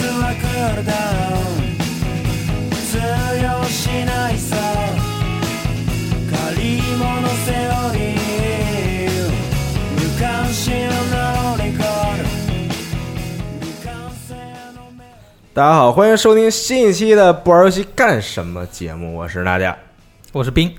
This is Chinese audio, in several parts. るだろう通用しないさ借り物セオリー無関心のリコール未完成のメロディー大家好，欢迎收听新一期的《不玩游戏干什么》节目，我是大家。我是冰，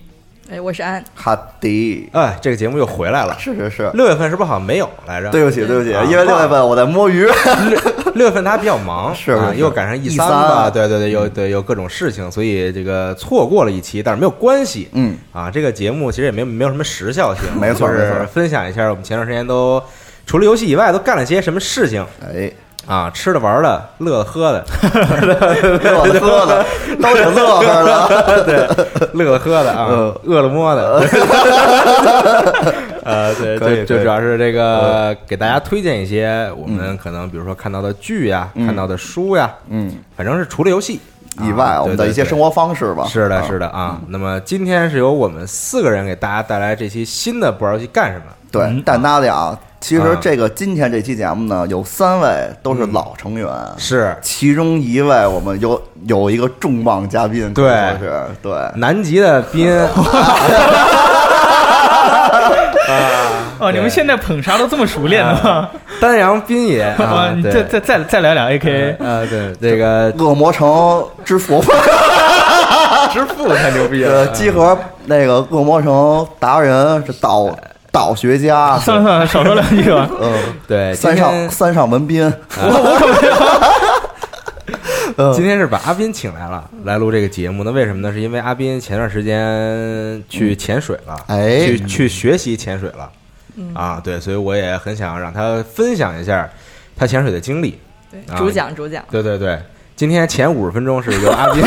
哎，我是安，哈迪，哎，这个节目又回来了。是是是，六月份是不是好像没有来着？对不起对不起啊，因为六月份我在摸鱼， 六，六月份他比较忙， 是啊，是是又赶上 E 一三三了，啊对对对，有对有各种事情，所以这个错过了一期，但是没有关系。嗯，啊，这个节目其实也没有没有什么时效性，没错就是没错分享一下我们前段时间都除了游戏以外都干了些什么事情 哎，啊，吃的玩的，乐的喝的，哎乐的喝的都挺乐呵 啊的，乐了喝的啊，嗯饿了么的， 呃，对，可以就就可以呃主要是这个给大家推荐一些我们可能比如说看到的剧呀、看到的书呀，嗯，反正是除了游戏以外啊我们的一些生活。活方式吧，是的，啊是，的啊。那么今天是由我们四个人给大家带来这期新的不玩游戏干什么？对，但大家啊，其实嗯啊嗯这个今天这期节目呢，有三位都是老成员，是其中一位我们有有一个重磅嘉宾，对可以说是对。南极的 宾，哦，你们现在捧啥都这么熟练的 吗？丹阳宾也哦啊，你再对，再再再聊聊 AK，啊，对，这个恶魔城之父， 之父太牛逼呃了，，集合那个恶魔城达人是导导学 家，算了算了，少说两句吧。 嗯，对，哎今三天上三上文彬，嗯今天是把阿斌请来了，来录这个节目。那为什么呢？是因为阿斌前段时间去潜水了，嗯哎去去学习潜水了，啊，对，所以我也很想让他分享一下他潜水的经历。对啊，主讲主讲，对对对，今天前五十分钟是由阿 斌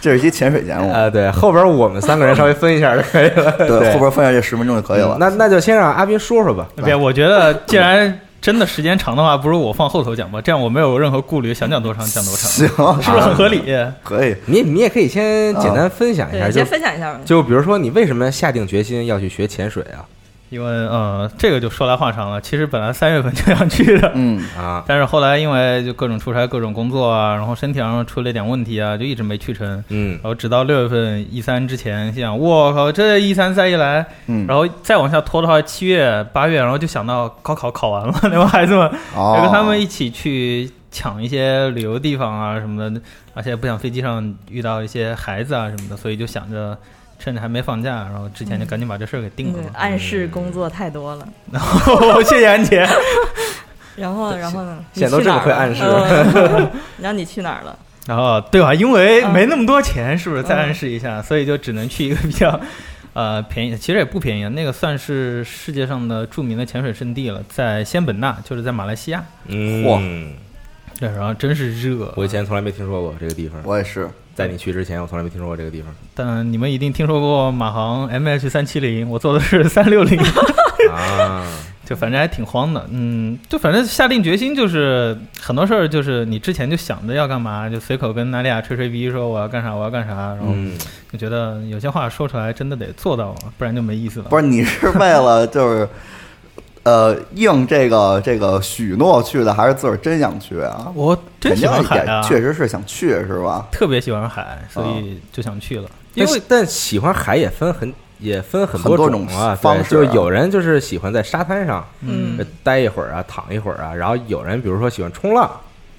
这是一期潜水节目，呃啊，对，后边我们三个人稍微分一下就可以了。嗯对，后边分享这十分钟就可以嗯了。那那就先让阿斌说说吧。别，哎我觉得既然真的时间长的话，不如我放后头讲吧，这样我没有任何顾虑，想讲多长讲多长，是行，啊不是很合理？可以。你你也可以先简单分享一嗯下，对，就先分享一下吧。哎就比如说你为什么下定决心要去学潜水啊？因为呃，这个就说来话长了。其实本来三月份就想去的，嗯，啊，但是后来因为就各种出差、各种工作啊，然后身体上出了一点问题啊，就一直没去成。嗯然后直到六月份一三之前，心想我靠，这一三再一来，嗯然后再往下拖的话，七月、八月，然后就想到高考考完了，那帮孩子们，哦要跟他们一起去抢一些旅游地方啊什么的，而且不想飞机上遇到一些孩子啊什么的，所以就想着。趁着还没放假，然后之前就赶紧把这事儿给定了嗯，。暗示工作太多了。然后 谢谢安姐。然后，然后呢？现在都这么会暗示 示。然后你去哪儿了？然后对吧？因为嗯没那么多钱，是不是？再嗯暗示一下，所以就只能去一个比较，呃，便宜，其实也不便宜，那个算是世界上的著名的潜水圣地了，在仙本那，就是在马来西亚。嗯，对，然后真是热，我以前从来没听说过这个地方，我也是，在你去之前，我从来没听说过这个地方但你们一定听说过马航 MH 三七零，我坐的是三六零， 啊。就反正还挺慌的。嗯，就反正下定决心，就是很多事儿，就是你之前就想着要干嘛，就随口跟娜利亚吹吹逼，说我要干啥，我要干啥，然后嗯，就觉得有些话说出来真的得做到啊，不然就没意思了。不是你是为了就是，呃，应这个这个许诺去的，还是自个儿真想去啊？我真肯喜定欢海啊，也确实是想去，是吧？特别喜欢海，所啊以就想去了。因因为为但喜欢海也分很也分很很多种啊，种方对式就是啊有人就是喜欢在沙滩上嗯呃待一会儿啊，躺一会儿啊，然后有人比如说喜欢冲浪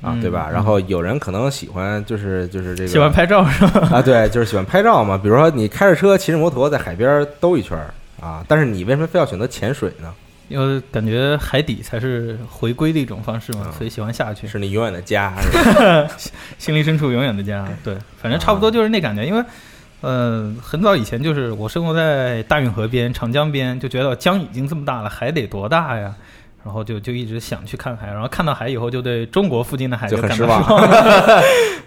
啊，嗯对吧？然后有人可能喜欢就是就是这个喜欢拍照是吧？ 啊，对，就是喜欢拍照嘛。比如说你开着车、骑着摩托在海边兜一圈儿啊，但是你为什么非要选择潜水呢？因为感觉海底才是回归的一种方式嘛，所以喜欢下去，嗯是你永远的 家，是吧心灵深处永远的家。对，反啊正差不多就是那感觉。因为，呃，很早以前就是我生活在大运河边、长江边，就觉得哦江已经这么大了，海得多大呀？然后就就一直想去看海，然后看到海以后，就对中国附近的海就很感失到望失望。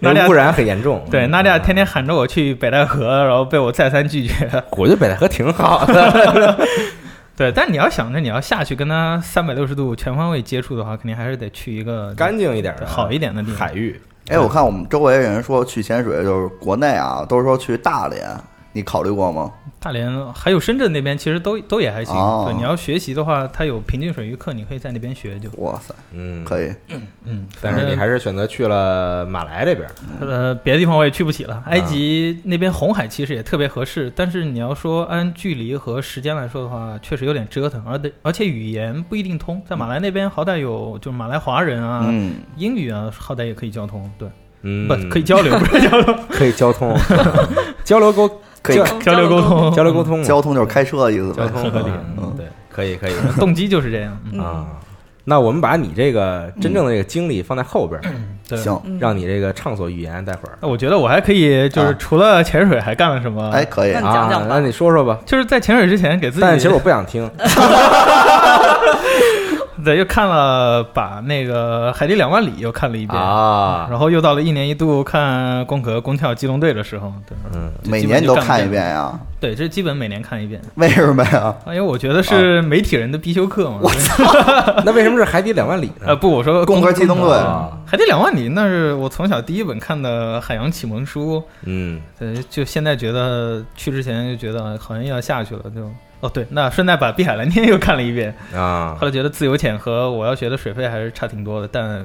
那俩那污染很严重。对，娜迪亚啊天天喊着我去北戴河，然后被我再三拒绝。我觉得北戴河挺好的。 对，但你要想着你要下去跟他三百六十度全方位接触的话，肯定还是得去一个干净一点的、好一点的地方海域。哎，我看我们周围人说去潜水，就是国内啊，都是说去大连，你考虑过吗？大连还有深圳那边其实都都也还行。哦对，你要学习的话，它有平均水域课，你可以在那边学就。哇塞，嗯，可以，嗯，但是你还是选择去了马来这边，呃，别的地方我也去不起了。埃及嗯那边红海其实也特别合适，但是你要说按距离和时间来说的话，确实有点折腾，而且而且语言不一定通。在马来那边，好歹有就是马来华人啊，嗯，英语啊，好歹也可以交通，对，嗯，不可以交流，不是交通，可以交 通，交流沟可以交交流沟通，交流沟通嘛，交通就是开车的意思呗交 通合理嗯嗯对，可以可以 动机就是这样。嗯，啊。那我们把你这个真正的这个经历放在后边儿，对。行，嗯让你这个畅所欲言。待会儿那我觉得我还可以，就是啊除了潜水还干了 什么？哎，，可以那，你啊嗯讲讲，吧那你说说吧。就是在潜水之前给自己，但是其实我不想听， 对又看了把那个《海底两万里》又看了一遍，啊，然后又到了一年一度看《攻壳攻壳机动队》的时候，对嗯，每年你都看这基本就干一不遍呀？对，这基本每年看一遍，为什么呀？因为我觉得啊是媒体人的必修课嘛。我操！ 那为什么是海底两万里呃，呢？不，我说《攻壳机动队啊，海底两万里》那是我从小第一本看的海洋启蒙书，嗯，呃，就现在觉得去之前就觉得好像要下去了，就哦对，那顺带把《碧海蓝天》 又看了一遍，啊后，来觉得自由潜和我要学的水费还是差挺多的，但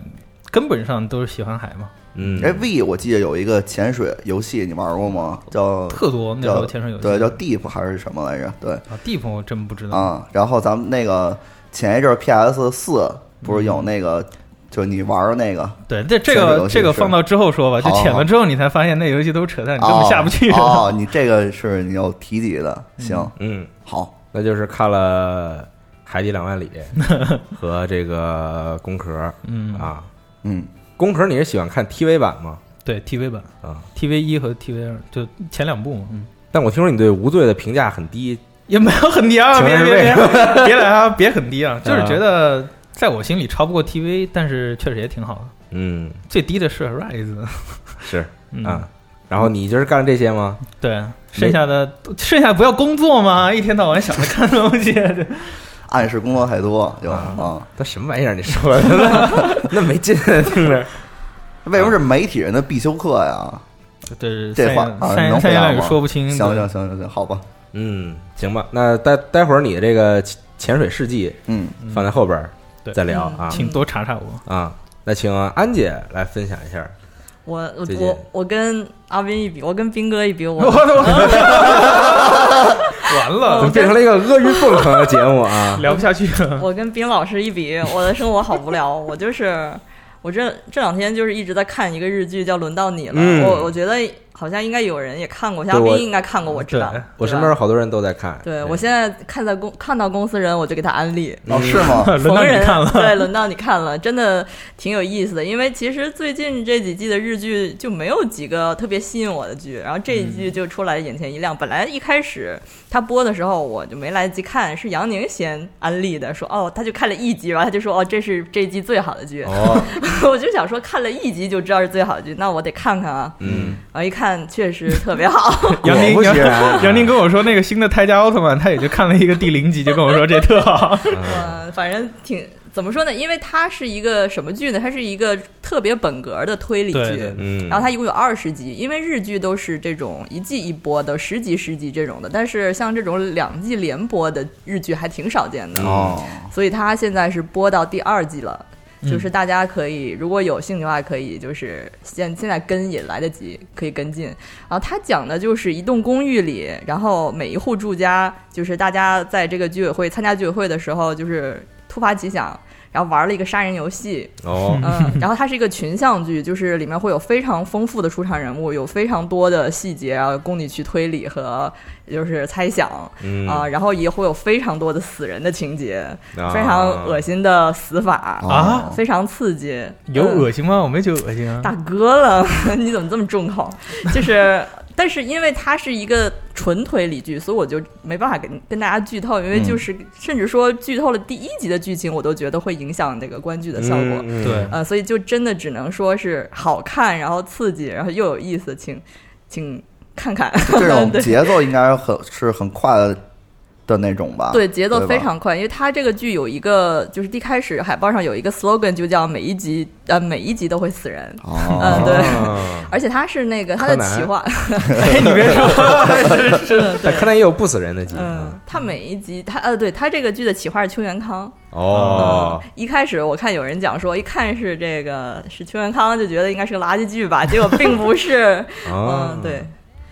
根本上都是喜欢海嘛，嗯，哎，V 我记得有一个潜水游戏，你玩过吗？叫特多那时叫候潜水游戏，对，叫 Deep 还是什么来着？对，啊，地方我真不知道，啊，然后咱们那个前一阵 PS 四嗯不是有那个，就你玩儿那个对，这这潜水游个戏这个是放到之后说吧，就好潜好了之后你才发现那游戏都是扯淡，你根本哦下不去。 哦，你这个是你有提及的，行，嗯，好，那就是看了《海底两万里》 和这个《宫壳》嗯，啊，嗯， 《宫壳》你是喜欢看 TV 版吗？对，TV 版啊， ，TV 一和 TV 二就前两部嘛，嗯，但我听说你对《无罪》的评价很低，也没有很低啊，请别问是别为别 别来啊，别很低啊，就是啊觉得在我心里超不过 TV，但是确实也挺好的。嗯，最低的是 Rise，是嗯，啊。然后你就是干了这些吗？对，啊剩下的剩下不要工作吗？一 天到晚想着看东西，对暗示工作太多，就啊，都什么玩意儿？你说的 那没劲，啊听着。为什么是媒体人的必修课呀？对，这三话言啊，三能言回三言答两语吗？说不清。行对行行行行，好吧，嗯，行吧。那待待会儿你这个潜潜水事迹嗯，放在后边儿对嗯再聊啊请多查查 我。啊。那请安姐来分享一下。我我最近我我跟阿斌一比，我跟斌哥一比，我 怎完哦了？么，变成了一个阿谀奉承的节目啊 聊不下去了。我跟冰老师一比，我的生活好无聊。我就是我这这两天就是一直在看一个日剧，叫《轮到你了》。嗯我我觉得好像应该有人也看过，像对我冰应该看过，我知道对。我身对吧边好多人都在看。对啊我现在看到公看到公司人，我就给他安利。嗯哦，是吗？ 轮到逢你人看了，对，轮到你看了，真的挺有意思的。因为其实最近这几季的日剧就没有几个特别吸引我的剧，然后这一季就出来眼前一亮。本来一开始他播的时候我就没来得及看，是杨宁先安利的，说哦，他就看了一集，然后他就说哦，这是这一季最好的剧。哦， 我就想说看了一集就知道是最好的剧，那我得看看啊。嗯，然后一看确实特 别好，杨果不宁其杨然，杨宁跟我说那个新的泰迦奥特曼，他也就看了一个第零集，就跟我说这特好。 嗯，反正挺怎么说呢？因为它是一个什么剧呢？它是一个特别本格的推理剧。对对对嗯，然后它一共有二十集，因为日剧都是这种一季一播的，十集十集这种的，但是像这种两季连播的日剧还挺少见的，哦，所以它现在是播到第二季了。嗯就是大家可以，如果有兴趣的话，可以就是现现在跟也来得及，可以跟进。然后它讲的就是一栋公寓里，然后每一户住家，就是大家在这个居委会参加居委会的时候，就是突发奇想，然后玩了一个杀人游戏，哦， 嗯，然后它是一个群像剧，就是里面会有非常丰富的出场人物，有非常多的细节，然后供你去推理和就是猜想啊、嗯然后也会有非常多的死人的情节，啊非常恶心的死法，哦啊非常刺激，有嗯恶心吗？我没觉得恶心啊。大哥了， 你怎么这么重口？就是， 但是因为它是一个纯推理剧，所以我就没办法跟跟大家剧透，因为就是、甚至说剧透了第一集的剧情，我都觉得会影响这个观剧的效果。嗯，对呃，所以就真的只能说是好看，然后刺激，然后又有意思，请请看看。这 种对节奏应该很是很快的的那种吧？对，节奏吧非常快，因为它这个剧有一个，就是一开始海报上有一个 slogan，就叫每一集呃每一集都会死人，哦嗯，对， 啊而且它是那个它的柯南企划， 哎，你别说，是是，但柯南也有不死人的集嗯啊，它每一集它呃对它这个剧的企划是邱元康，嗯哦，一开始我看有人讲说，一看是这个是邱元康，就觉得应该是个垃圾剧吧，结果并不是，哦嗯，对，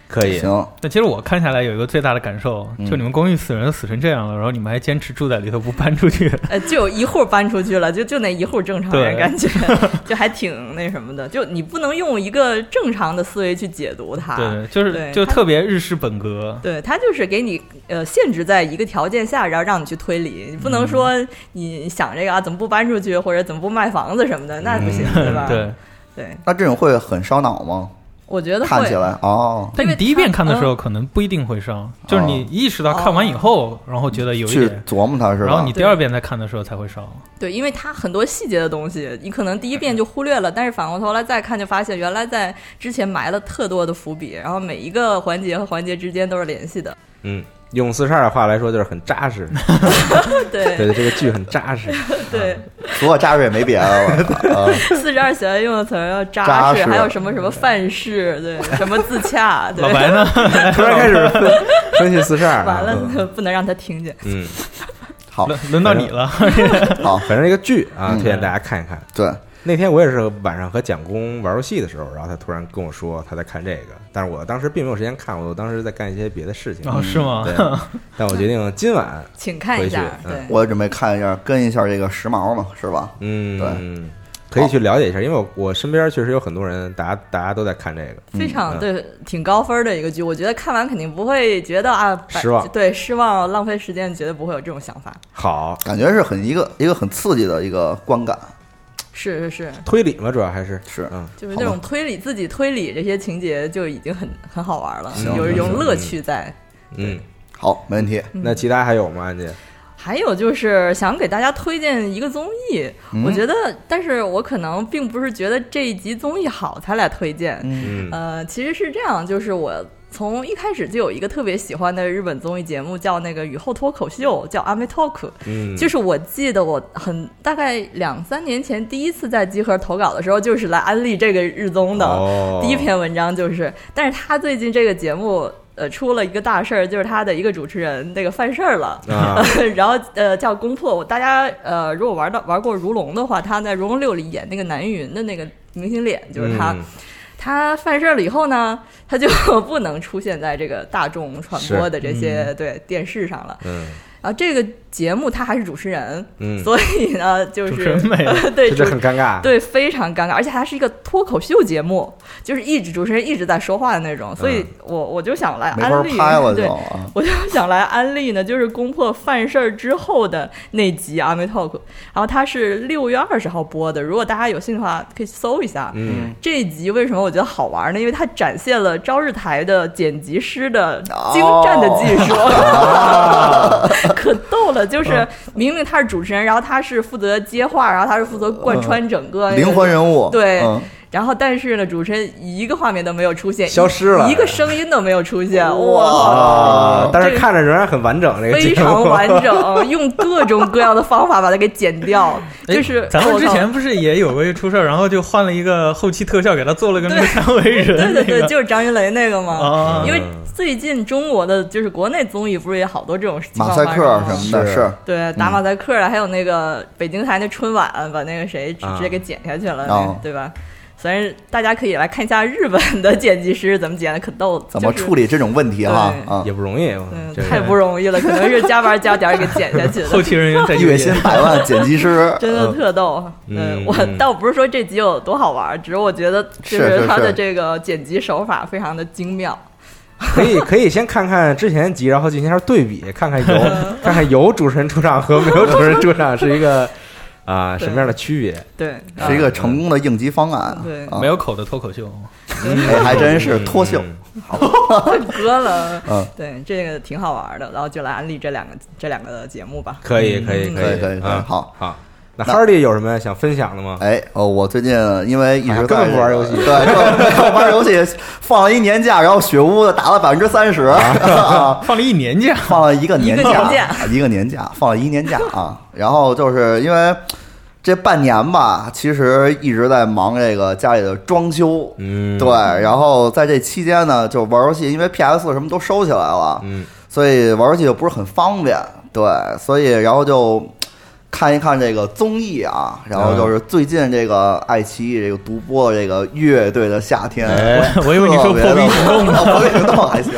可以，行，那其实我看下来有一个最大的感受，就你们公寓死人死成这样了，然后你们还坚持住在里头不搬出 去，呃，就有一户搬出去了，就就那一户正常人，对感觉 就还挺那什么的，就你不能用一个正常的思维去解读它，对，就是啊对就他特别日式本格，对，它就是给你呃限制在一个条件下，然后让你去推理，你不能说嗯你想这个啊怎么不搬出去，或者怎么不卖房子什么的，那不行，对吧？嗯 对。对，那这种会很烧脑吗？我觉得看会起来哦，但因你为第一遍他看的时嗯候，可能不一定会上，就是你意识到看完以后，然后觉得有一去点，琢磨哦它是然后吧你？第二遍再看的时候才会上。对，因为它很多细节的东西，你可能第一遍就忽略了，但是反过头来再看，就发现原来在之前埋了特多的伏笔，然后每一个环节和环节之间都是联系的。 嗯，用四十二的话来说就是很扎实，对对，这个剧很扎实，对，所有扎瑞没别的了， 呃 四十二学院用的词儿要扎实，扎实还有什么什么范式，对，什么自洽，对老，白呢？啊突然开始分分析四十二， 啊完了不能让他听见。嗯，好轮轮到你了。好，反正这个剧啊，嗯推荐大家看一看。对，那天我也是晚上和蒋工玩游戏的时候，然后他突然跟我说他在看这个，但是我当时并没有时间看，我当时在干一些别的事情。 哦，是吗？嗯对， 但我决定今晚，请看一下回去，嗯对，我准备看一下跟一下这个时髦嘛，是吧？嗯，可以去了解一下，因为我我身边确实有很多人，大家大家都在看这个。非常嗯对，挺高分的一个剧，我觉得看完肯定不会觉得啊白失望对失望浪费时间，绝对不会有这种想法。好，感觉是很一个一个很刺激的一个观感，是是是，推理嘛，主要还是是嗯，就是好那吧种推理自己推理这些情节就已经很 很好玩了，行有一种行乐趣在。嗯，好，没问题。那其他还有吗，安姐？还有就是想给大家推荐一个综艺，嗯我觉得，但是我可能并不是觉得这一集综艺好才来推荐，嗯呃，其实是这样，就是我从一开始就有一个特别喜欢的日本综艺节目，叫那个雨后脱口秀，叫《阿妹 Talk》。嗯，就是是我记得我很大概两三年前第一次在集合投稿的时候，就是来安利这个日综的。哦第一篇文章就是，但是他最近这个节目。呃，出了一个大事儿，就是他的一个主持人那个犯事儿了，啊 然后呃叫攻破。我大家呃，如果玩到玩过《如龙》的话，他在《如龙六》里演那个南云的那个明星脸就是他。嗯他犯事儿了以后呢，他就 不能出现在这个大众传播的这些、嗯对电视上了。嗯然后这个节目他还是主持人，嗯，所以呢，就主持人是没了 对这就主很尴尬。对非常尴尬，而且还是一个脱口秀节目，就是一直主持人一直在说话的那种，所以嗯我我就想来没法安利，拍了就对，啊， 我就想来安利呢，就是攻破犯事儿之后的那集《阿妹 Talk》，然后它是六月二十号播的，如果大家有兴趣的话，可以搜一下。嗯，这一集为什么我觉得好玩呢？因为它展现了朝日台的剪辑师的哦精湛的技术， 可逗了。就是明明他是主持人，然后他是负责接话，然后他是负责贯穿整个嗯灵魂。人物，呃 对嗯然后但是呢，主持人一个画面都没有出现，消失了一个声音都没有出现，哇！啊，但这是个看着仍然很完整，这个 非节目常完 整，用各种各样的方法把它给剪掉，就是哎咱们我之靠前不是也有过一出事儿，然后就换了一个后期特效，给他做了个那个三维对人，对那对，个就是张云雷那个嘛。啊因为最近中国的就是国内综艺不是也好多这种情况马赛克发生什吗么嗯的，是是对，打马赛克啊，还有那个北京台那春晚，把那个谁直啊直接给剪下去了，啊对吧？所以大家可以来看一下日本的剪辑师怎么剪的，可逗了，怎么就是处理这种问题哈对啊 也？不容易，我嗯，这个太不容易了，可能是加班加点儿给剪下去后的，期人员在月薪百万剪辑 师，真的特逗。嗯我嗯但我不是说这集有多好玩，只是我觉得就是是他的是这个剪辑手法非常的精妙。可以可以先看看之前集，然后进行一下对比，看看 有看看有主持人出场和没有主持人出场是一 个啊什么样的区别？ 对，嗯是一个成功的应急方案，对啊没有口的脱口秀，哎还真嗯是脱袖，歌了，嗯， 对，这个挺好玩的，然后就来安利这两个这两个节目吧。可以可以嗯可以可以以可以啊，好好，那 Hardy 有什么想分享的吗？哎，哦，我最近因为一好像直根在本不啊玩游戏对，根本不玩游戏，放了一年假，然后雪屋的打了百分之三十，啊放了一年假， 放了一个年一个年假假，啊一个年假，放了一年假啊。然后就是因为这半年吧，其实一直在忙这个家里的装修，嗯，对，，然后在这期间呢，就玩游戏，因为 PS 什么都收起来了，嗯，所以玩游戏就不是很方便，对，所以然后就看一看这个综艺啊，然后就是最近这个爱奇艺这个独播的这个《乐队的夏天》哎特别的，我以为你说破冰行动呢， 破冰行动还行，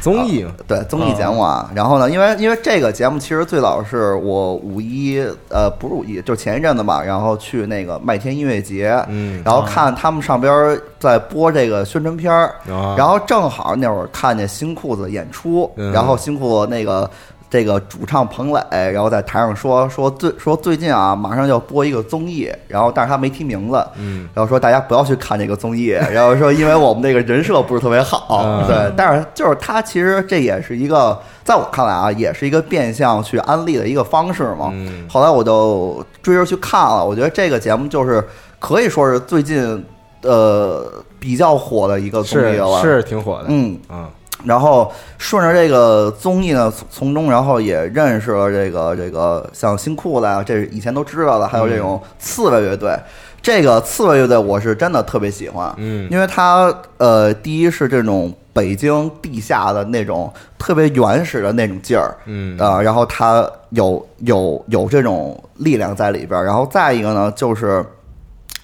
综艺嘛，对综艺节目啊，然后呢，因为因为这个节目其实最早是我五一呃不是五一，就前一阵子嘛，然后去那个麦田音乐节，嗯，然后看他们上边儿在播这个宣传片儿，啊然后正好那会儿看见新裤子演出，嗯然后新裤子那个这个主唱彭磊，然后在台上说说最说最近啊马上要播一个综艺，然后但是他没提名字，嗯，然后说大家不要去看这个综艺，然后说因为我们这个人设不是特别好嗯，对，但是就是他其实这也是一个在我看来啊也是一个变相去安利的一个方式嘛，嗯后来我就追着去看了，我觉得这个节目就是可以说是最近呃比较火的一个综艺是了，是挺火的，嗯，啊，然后顺着这个综艺呢，从从中然后也认识了这个这个像新裤子啊，这是以前都知道的，还有这种刺猬乐队。这个刺猬乐队我是真的特别喜欢，嗯因为它呃，第一是这种北京地下的那种特别原始的那种劲儿，嗯啊、然后它有有有这种力量在里边儿，然后再一个呢就是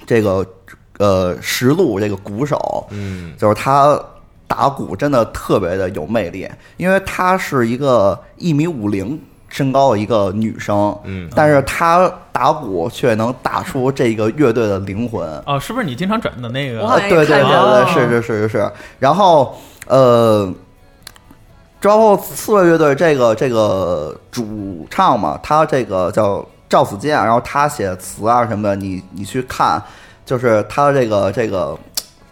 这个呃石路这个鼓手，嗯就是他打鼓真的特别的有魅力，因为她是一个一米五零身高的一个女生，嗯，但是她打鼓却能打出这个乐队的灵魂。哦，是不是你经常转的那我个？好啊，像对对也对看过对，是是是是是。然后呃，之后刺猬乐队这个这个主唱嘛，他这个叫赵子健，然后他写词啊什么的，你你去看，就是他这个这个。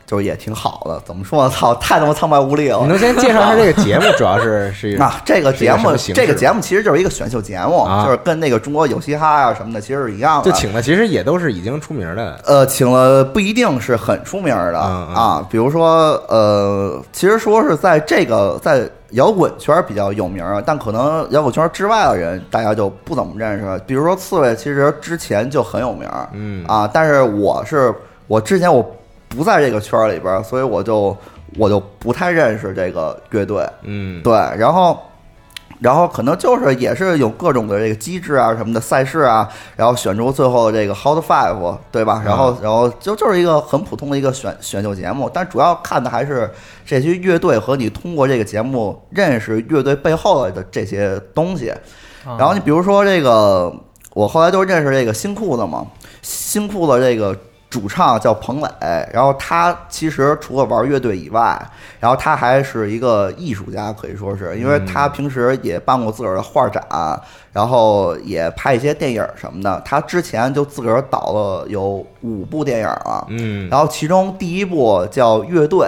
就是也挺好的，怎么说呢？ 操，太他妈苍白无力了。你能先介绍一下这个节目，主要 是是一个啊，这个是一节个什目，么形式这个节目其实就是一个选秀节目，啊就是跟那个中国有嘻哈啊什么的其实是一样的。就请的其实也都是已经出名的，呃，请了不一定是很出名儿的、嗯嗯啊，比如说呃，其实说是在这个在摇滚圈儿比较有名儿，啊但可能摇滚圈儿之外的人大家就不怎么认识了。比如说刺猬，其实之前就很有名儿，嗯啊，但是我是我之前我不在这个圈儿里边儿，所以我就我就不太认识这个乐队，嗯，对，然后。然后可能就是也是有各种的这个机制啊什么的赛事啊，然后选出最后这个 Hot Five，对吧？然后然后就就是一个很普通的一个选选秀节目，但主要看的还是这些乐队和你通过这个节目认识乐队背后的这些东西。啊然后你比如说这个，我后来就认识这个新裤子嘛，新裤子这个主唱叫彭磊，然后他其实除了玩乐队以外，然后他还是一个艺术家，可以说是，因为他平时也办过自个儿的画展，然后也拍一些电影什么的。他之前就自个儿导了有五部电影了，嗯然后其中第一部叫《乐队》，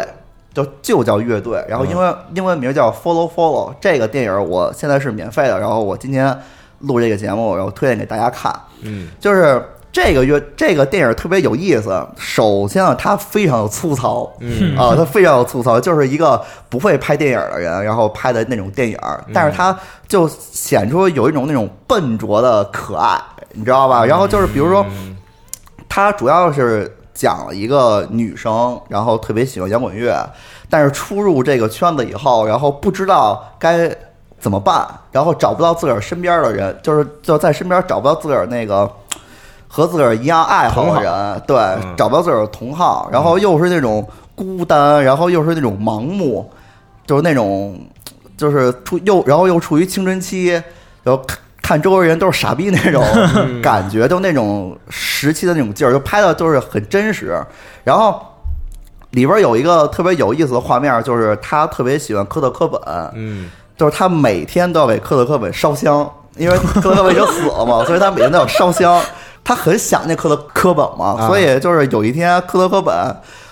就就叫《乐队》，然后英文、英文名叫《Follow Follow》。这个电影我现在是免费的，然后我今天录这个节目，然后推荐给大家看。嗯就是这个乐这个电影特别有意思。首先啊，它非常有粗糙，嗯啊，它非常有粗糙，就是一个不会拍电影的人，然后拍的那种电影，但是它就显出有一种那种笨拙的可爱，你知道吧？然后就是比如说，它主要是。讲了一个女生，然后特别喜欢摇滚乐，但是出入这个圈子以后，然后不知道该怎么办，然后找不到自个儿身边的人，就是就在身边找不到自个儿那个和自个儿一样爱好的人，对，找不到自个儿同好，然后又是那种孤单，然后又是那种盲目，就是那种就是处又然后又处于青春期，然后看看周围人都是傻逼那种 感觉，就那种时期的那种劲儿，就拍的都是很真实，然后。里边有一个特别有意思的画面，就是他特别喜欢科特·科本，嗯就是他每天都要给科特·科本烧香，因为科特·科本已经死了嘛，所以他每天都要烧香。他很想念科特·科本嘛，啊所以就是有一天科特·科本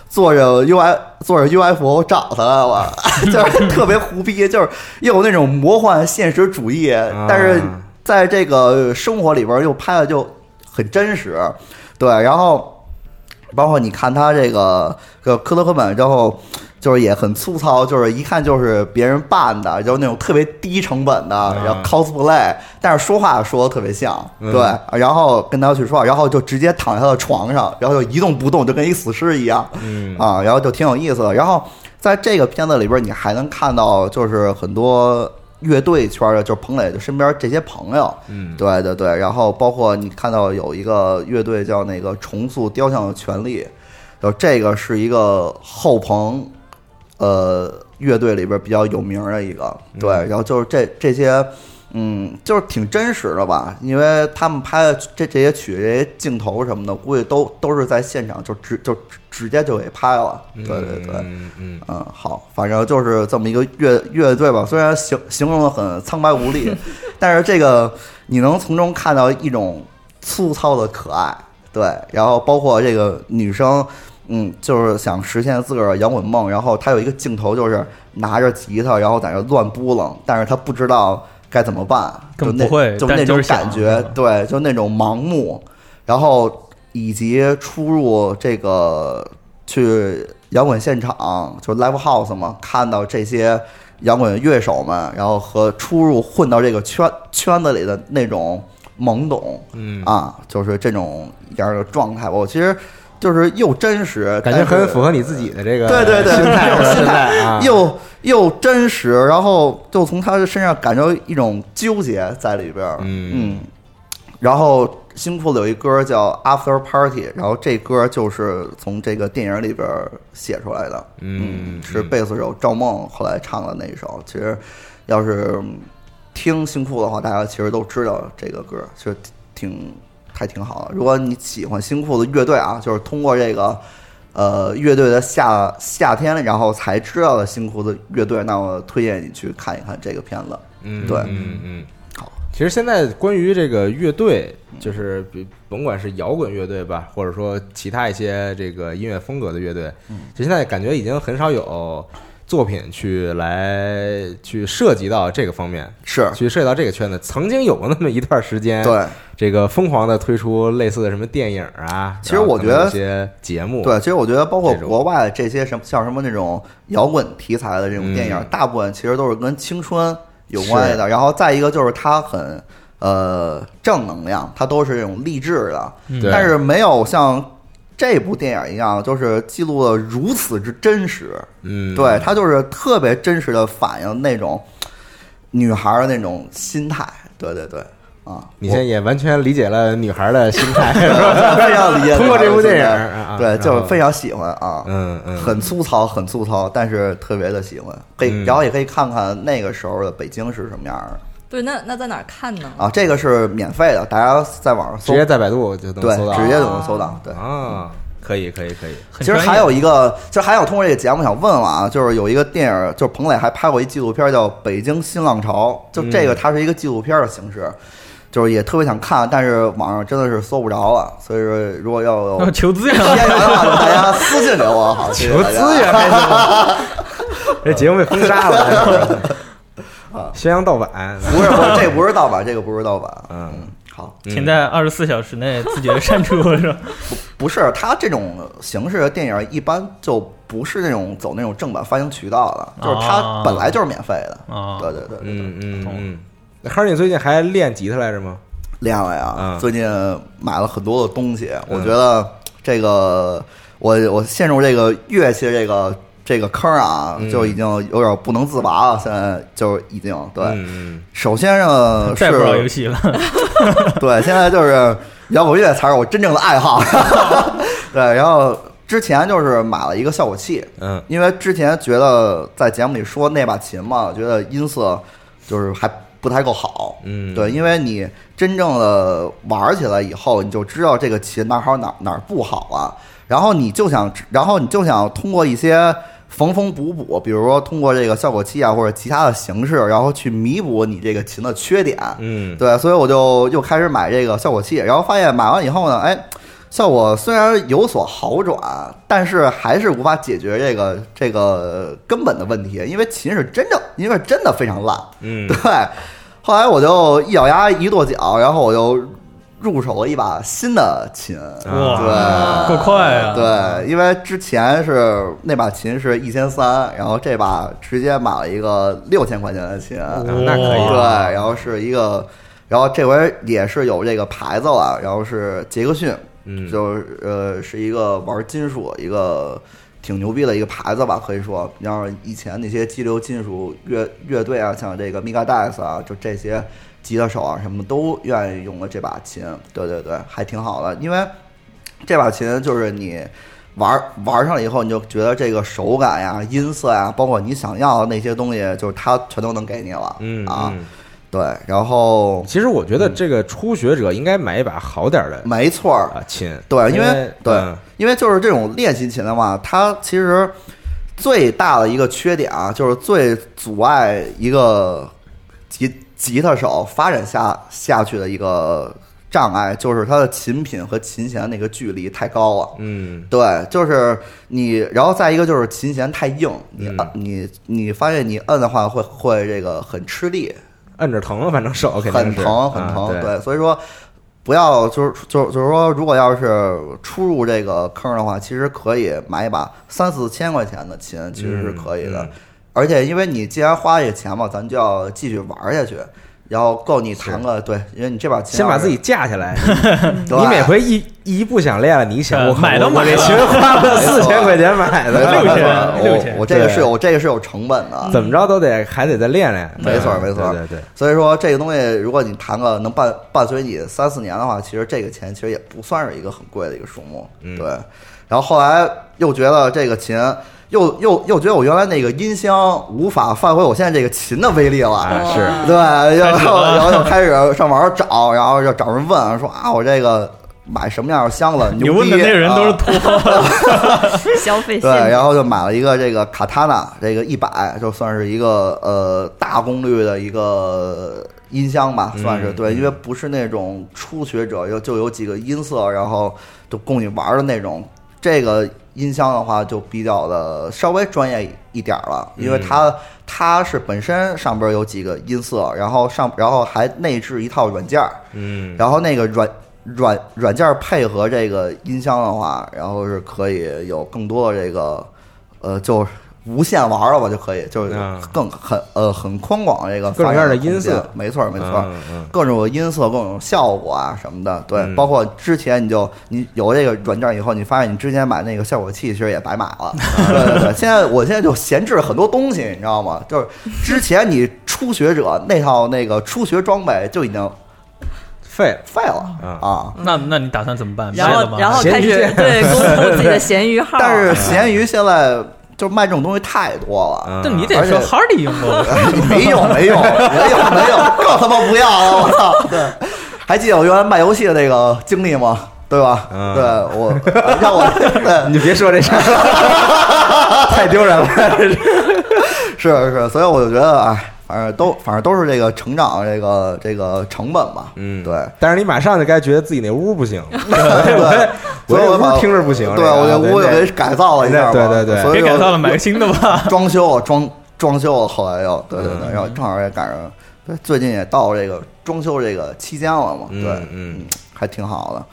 坐着 U I 坐着 U F O 找他来了， 就是特别胡逼，就是又有那种魔幻现实主义，但是在这个生活里边又拍的就很真实，对，然后。包括你看他这个个科德科本之后，就是也很粗糙，就是一看就是别人扮的，就是那种特别低成本的，然后 cosplay，但是说话说的特别像，嗯对，然后跟他去说话，然后就直接躺在他的床上，然后就一动不动，就跟一死尸一样，嗯啊，然后就挺有意思的。然后在这个片子里边，你还能看到就是很多乐队圈的，就是彭磊的身边这些朋友，嗯对对对，然后包括你看到有一个乐队叫那个重塑雕像的权利，就这个是一个后朋，呃，乐队里边比较有名的一个，对，然后就是这这些，嗯，就是挺真实的吧，因为他们拍的这这些曲、这些镜头什么的，估计都都是在现场就直就直直接就给拍了，对对对。嗯嗯嗯，好，反正就是这么一个乐乐队吧。虽然形形容的很苍白 无力，但是这个你能从中看到一种粗糙的可爱，对。然后包括这个女生，嗯，就是想实现自个儿的摇滚梦。然后她有一个镜头，就是拿着吉他，然后在那乱拨楞，但是她不知道该怎么办，就更那不会就但那就种是想感觉，对，就那种盲目。然后以及出入这个去摇滚现场，就是 live house 嘛，看到这些摇滚乐手们，然后和出入混到这个圈圈子里的那种懵懂嗯，啊，就是这种样的状态吧。我其实就是又真实，感觉但是很符合你自己的这个对对对，心态这种和心现在啊，又又真实，然后就从他身上感觉一种纠结在里边儿。嗯嗯，然后新裤子有一歌叫《After Party》，然后这歌就是从这个电影里边儿写出来的。嗯是嗯贝斯手赵梦后来唱的那一首。其实要是听新裤子的话，大家其实都知道这个歌，其实挺还挺好的。如果你喜欢新裤子乐队啊，就是通过这个。呃，乐队的夏夏天，然后才知道的新裤子乐队，那我推荐你去看一看这个片子。嗯对嗯嗯。好，其实现在关于这个乐队，就是比甭管是摇滚乐队吧，或者说其他一些这个音乐风格的乐队，嗯就现在感觉已经很少有作品去来去涉及到这个方面，是去涉及到这个圈子。曾经有过那么一段时间，对，这个疯狂的推出类似的什么电影啊，其实然后我可能觉得有些节目，对，其实我觉得包括这种国外这些什么像什么那种摇滚题材的这种电影，嗯大部分其实都是跟青春有关系的。然后再一个就是它很呃正能量，它都是这种励志的，对但是没有像这部电影一样，就是记录的如此之真实。嗯，对，它就是特别真实的反映那种女孩儿的那种心态。对对对， 啊，你现在也完全理解了女孩的心态，是吧我非常理解。通过这部电影对啊对，就然是后非常喜欢啊。 嗯嗯，很粗糙，很粗糙，但是特别的喜欢。可以，嗯然后也可以看看那个时候的北京是什么样的对，那那在哪儿看呢？啊。这个是免费的，大家在网上直搜，接在百度就能对，搜到，直接就能搜到。对，啊，可以可以可以，其实还有一个，其实还有通过这个节目想问问啊，就是有一个电影，就是彭磊还拍过一纪录片叫《北京新浪潮》，就嗯这个它是一个纪录片的形式，就是也特别想看，但是网上真的是搜不着了，所以说如果要有 要哦求资源， 偏源的话，大家私信给我，好，谢 谢求大家资源还行， 这节目被封杀了，啊宣扬盗版， 不是不是，这不是盗版，这个不是盗版。嗯，好，嗯请在二十四小时内自觉删除，是吧？不是它这种形式的电影一般就不是那种走那种正版发行渠道的，就是它啊本来就是免费的。啊对对对对对，嗯嗯嗯。那哈儿，你最近还练吉他来着吗？练了呀嗯！啊最近买了很多的东西，我觉得这个我我陷入这个乐器这个这个坑啊嗯，就已经有点不能自拔了。现在就已经对，嗯，首先 呢再不玩 是游戏了， 对，现在就是摇滚乐才是我真正的爱好。 对，然后之前就是买了一个效果器，嗯因为之前觉得在节目里说那把琴嘛，觉得音色就是还不太够好。嗯对，因为你真正的玩起来以后，你就知道这个琴哪儿好哪儿哪儿不好了。然后你就想，然后你就想通过一些缝缝补补，比如说通过这个效果器啊或者其他的形式，然后去弥补你这个琴的缺点。嗯对，所以我就又开始买这个效果器，然后发现买完以后呢，哎，效果虽然有所好转，但是还是无法解决这个这个根本的问题，因为琴是真正，因为真的非常烂。 嗯对，后来我就一咬牙一跺脚，然后我就入手了一把新的琴，嗯 啊哇，啊对够快啊！对，因为之前是那把琴是一千三，然后这把直接买了一个六千块钱的琴，啊那可以对，哇然后是一个，然后这回也是有这个牌子了，然后是杰克逊，嗯就是呃是一个玩金属一个挺牛逼的一个牌子吧，可以说，然后以前那些激流金属乐乐队啊，像这个 Megadeth 啊，就这些吉他手啊什么都愿意用了这把琴，对对对，还挺好的，因为这把琴就是你。玩儿玩儿上了以后，你就觉得这个手感呀、音色呀，包括你想要的那些东西，就是它全都能给你了。嗯啊，嗯对，然后其实我觉得这个初学者应该买一把好点儿的没错儿，啊琴，对，因因为对，嗯因为就是这种练习琴的话，它其实最大的一个缺点啊，就是最阻碍一个吉吉他手发展下下去的一个障碍，就是它的琴品和琴弦那个距离太高了。嗯对，就是你，然后再一个就是琴弦太硬，你嗯摁、你你发现你摁的话会会这个很吃力，摁着疼，反正手肯定很是疼很疼，啊对，对，所以说不要就是就是就是说，如果要是初入这个坑的话，其实可以买一把三四千块钱的琴，其实是可以嗯的。嗯而且因为你既然花这个钱嘛，咱就要继续玩下去，然后够你弹个对，因为你这把琴先把要是自己架起来。 对你每 回一一不想练了，你一想呃我买都我买我这了琴花 了四千块钱 买没的，错没六错千我六千我这个是对有我这个是有成本的，怎么着都得还得再练练。嗯没错对没错对对对，所以说这个东西，如果你弹个能伴伴随你三四年的话，其实这个钱其实也不算是一个很贵的一个数目，嗯对。然后后来又觉得这个琴，又又又觉得我原来那个音箱无法发挥我现在这个琴的威力了，啊是哇对，然后然后就开始上网上找，然后就找人问说啊，我这个买什么样的箱子？ 你牛问的逼那人都是啊托，消费对，陷阱然后就买了一个这个卡塔纳，这个一百，就算是一个呃大功率的一个音箱吧，嗯算是对，嗯因为不是那种初学者，有就有几个音色，然后就供你玩的那种。这个音箱的话，就比较的稍微专业一点儿了，因为嗯它、它是本身上边有几个音色，然后上然后还内置一套软件儿，嗯，然后那个软软软件配合这个音箱的话，然后是可以有更多的这个呃，就是无限玩了吧，就可以，就是啊更很呃很宽广的这个各种各样的发展空音色间，没错没错。嗯嗯各种音色、各种效果啊什么的，对，嗯包括之前你就你有这个软件以后，你发现你之前买那个效果器其实也白买 了，对对对。现在我现在就闲置很多东西，你知道吗？就是之前你初学者那套那个初学装备就已经废了。废了啊啊。 那那你打算怎么办？然卖了后吗？然后闲开鱼始店 对公布自己的闲鱼号，但是闲鱼现在就卖这种东西太多了，但你得得说啊而且 Hardy 用过， 没用没用没用没用，更他妈不要了，我操！对，还记得我原来卖游戏的那个经历吗？对吧？嗯对我让我对你别说这事儿， 太丢人了。是是，所以我就觉得哎，反正都反正都是这个成长这个这个成本吧，嗯，对。但是你马上就该觉得自己那屋不 行，对，我所以这我把屋听着不行。对，我这这个啊屋就对给改造了一下嘛，对对对所以别改我造了，买个新的吧。 装修啊装装修，啊后来又对对对，嗯然后正好也赶上，对最近也到这个装修这个期间了嘛，嗯对，嗯，还挺好的，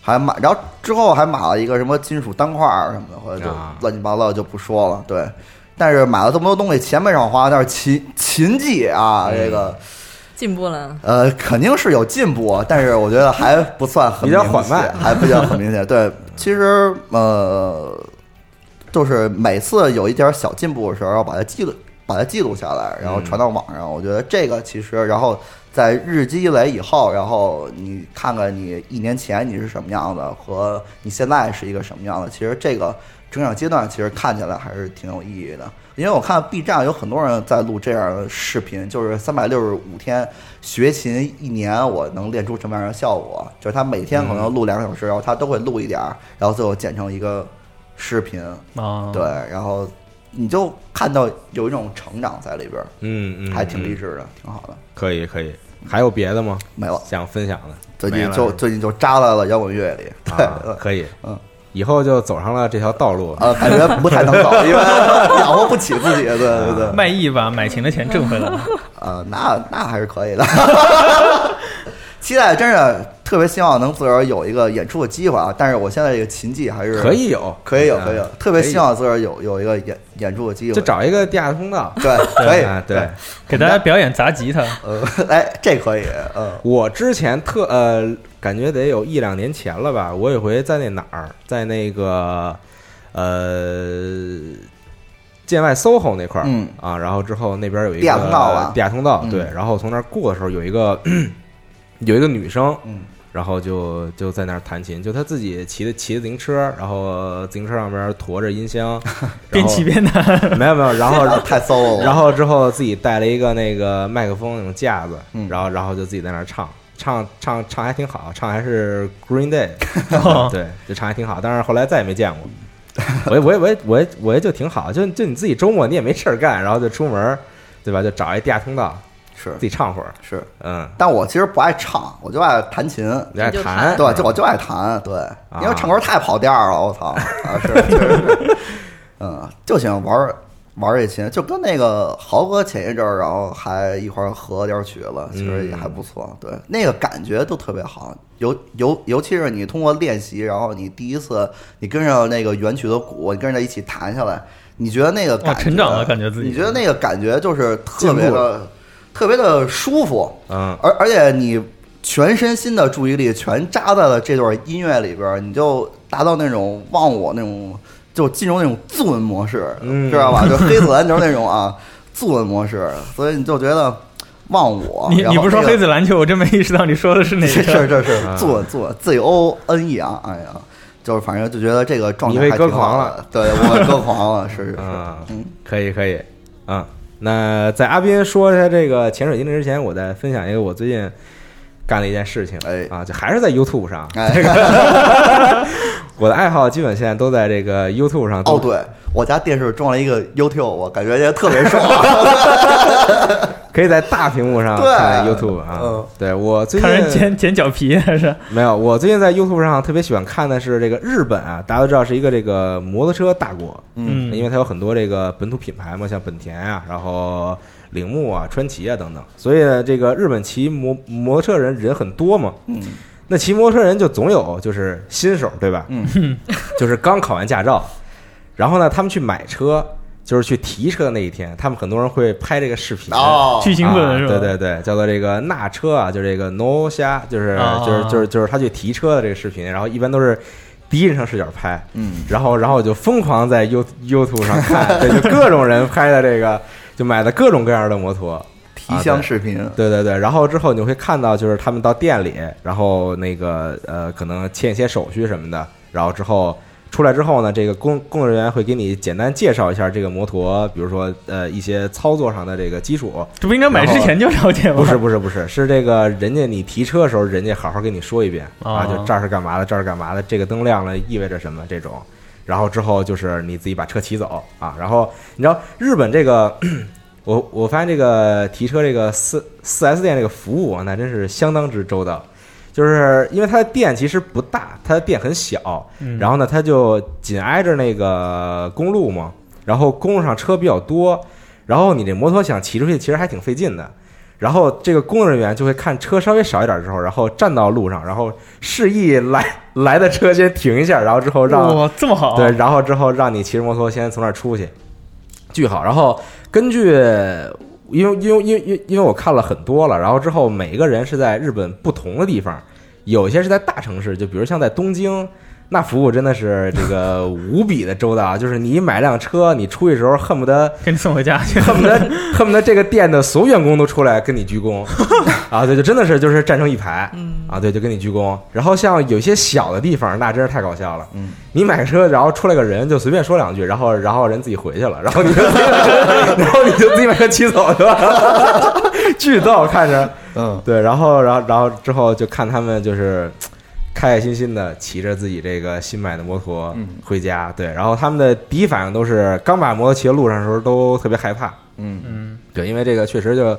还买，然后之后还买了一个什么金属单块儿什么的，后来就啊乱七八糟就不说了，对。但是买了这么多东西，钱没少花，但是琴琴技啊，嗯这个进步了。呃肯定是有进步，但是我觉得还不算很比较明缓慢显还比较很明显。对，其实呃，就是每次有一点小进步的时候，要把它记录，把它记录下来，然后传到网上。我觉得这个其实，然后在日积月累以后，然后你看看你一年前你是什么样的，和你现在是一个什么样的，其实这个成长阶段其实看起来还是挺有意义的。因为我看 B 站有很多人在录这样的视频，就是三百六十五天学琴一年，我能练出什么样的效果？就是他每天可能录两个小时，然后他都会录一点儿，然后最后剪成一个视频，啊，对，，然后你就看到有一种成长在里边儿，嗯嗯，还挺励嗯，志的，挺好的。可以可以。还有别的吗？没了，想分享的？最没近了就最近就扎在了摇滚乐里，对，啊 呃，可以，嗯，以后就走上了这条道路。呃，感觉不太能走，因为 养活不起自己，对啊对对，卖艺把买琴的钱 挣回来了。呃，那那还是可以的，期待真是特别希望能自个儿有一个演出的机会啊。但是我现在这个琴技还是可以有，可以有，啊可以有，特别希望自个儿有有一个演演出的机就会。找一个地下通道。 对，可以啊，对，给大家表演砸吉他，呃，哎，这可以，嗯，我之前特呃，感觉得有一两年前了吧。我有回在那哪儿，在那个呃建外 SOHO 那块儿，嗯啊，然后之后那边有一个地下通道啊地下通道嗯对。然后从那儿过的时候，有一个 有一个女生，嗯，然后就就在那儿弹琴，就她自己骑的骑着自行车，然后自行车上边驮着音 箱，然边后骑边弹。 没有没 有，然后太 solo 了。然后之后自己带了一个那个麦克风那种架子，嗯然后然后就自己在那儿唱，唱唱唱还挺好，唱还是 Green Day，对， 哦就唱还挺好，但是后来再也没见过。我也我也我也我也我也就挺好，就就你自己周末你也没事儿干，然后就出门儿，对吧？就找一地下通道是自己唱会儿，是，嗯，但我其实不爱唱，我就爱弹琴。你爱你就弹，对，就我就爱弹，对，啊因为唱歌太跑调 了，我操！啊，是，确实是，嗯，就喜欢玩儿玩儿这琴，就跟那个豪哥前一阵儿，然后还一块儿合点儿曲了，其实也还不错，嗯对，那个感觉都特别好，尤尤尤其是你通过练习，然后你第一次你跟上那个原曲的鼓，你跟着一起弹下来，你觉得那个感哇觉成长了感觉自己你觉得那个感觉就是特别进步的特别的舒服，嗯，而而且你全身心的注意力全扎在了这段音乐里边儿，你就达到那种忘我那种，就进入那种自文模式，嗯知道吧？就黑子篮球那种啊， 自文模式，所以你就觉得忘我。你然你后不是说那个黑子篮球，我真没意识到你说的是哪 是个是。是是啊，做做 Z O N E 啊，哎呀，就是反正就觉得这个状态你被还挺歌狂好的了，对我歌狂了，是是是，啊嗯，可以可以，啊，那在阿斌说一下这个潜水经历之前，我再分享一个我最近干的一件事情，哎啊，就还是在 YouTube 上，哎，我的爱好基本现在都在这个 YouTube 上。哦，对我家电视装了一个 YouTube，我感觉也特别爽，可以在大屏幕上对看 YouTube 啊。嗯对我最看人近剪剪脚皮还是 没有，我最近在 YouTube 上特别喜欢看的是这个日本啊，大家都知道是一个这个摩托车大国，嗯因为它有很多这个本土品牌嘛，像本田啊，然后铃木啊、川崎啊等等，所以呢这个日本骑摩摩托车人人很多嘛。嗯那骑摩托车人就总有就是新手对吧？嗯， 就是刚考完驾照，然后呢，他们去买车，就是去提车的那一天，他们很多人会拍这个视频。哦，巨兴奋是吧？啊？对对对，叫做这个纳车啊，就是这个 no 虾，就是啊就是就是就是他去提车的这个视频，然后一般都是第一人称视角拍，嗯，然后然后我就疯狂在 You YouTube 上看，对，就各种人拍的这个，就买的各种各样的摩托，提箱视频，对对对，然后之后你会看到，就是他们到店里，然后那个呃，可能签一些手续什么的，然后之后出来之后呢，这个工工作人员会给你简单介绍一下这个摩托，比如说呃一些操作上的这个基础。这不应该买之前就了解吗？不是不是不是，是这个人家你提车的时候，人家好好跟你说一遍哦啊，就这儿是干嘛的，这儿是干嘛的，这个灯亮了意味着什么这种。然后之后就是你自己把车骑走啊，然后你知道日本这个，我我发现这个提车这个四四 S 店这个服务啊，那真是相当之周到。就是因为它的店其实不大，它的店很小，嗯然后呢，它就紧挨着那个公路嘛，然后公路上车比较多，然后你这摩托想骑出去，其实还挺费劲的。然后这个工作人员就会看车稍微少一点之后，然后站到路上，然后示意来来的车先停一下，然后之后让哇这么好，啊对，然后之后让你骑着摩托先从那儿出去，巨好。然后根据，因为因为因为因为因为我看了很多了，然后之后每一个人是在日本不同的地方，有一些是在大城市，就比如像在东京。那服务真的是这个无比的周到啊！就是你一买辆车，你出去时候恨不得给你送回家去。 恨不得恨不得这个店的所有员工都出来跟你鞠躬啊！对，就真的是就是站成一排嗯啊，对，就跟你鞠躬。然后像有些小的地方，那真是太搞笑了。嗯，你买个车，然后出来个人就随便说两句，然后然后人自己回去了，然后你就自己买车然后你就自己把车骑走去了， 巨逗，看着。嗯，对，然后，然后，然后之后就看他们就是开开心心的骑着自己这个新买的摩托嗯回家。对，然后他们的第一反应都是刚把摩托骑到路上的时候都特别害怕。嗯嗯，对，因为这个确实就，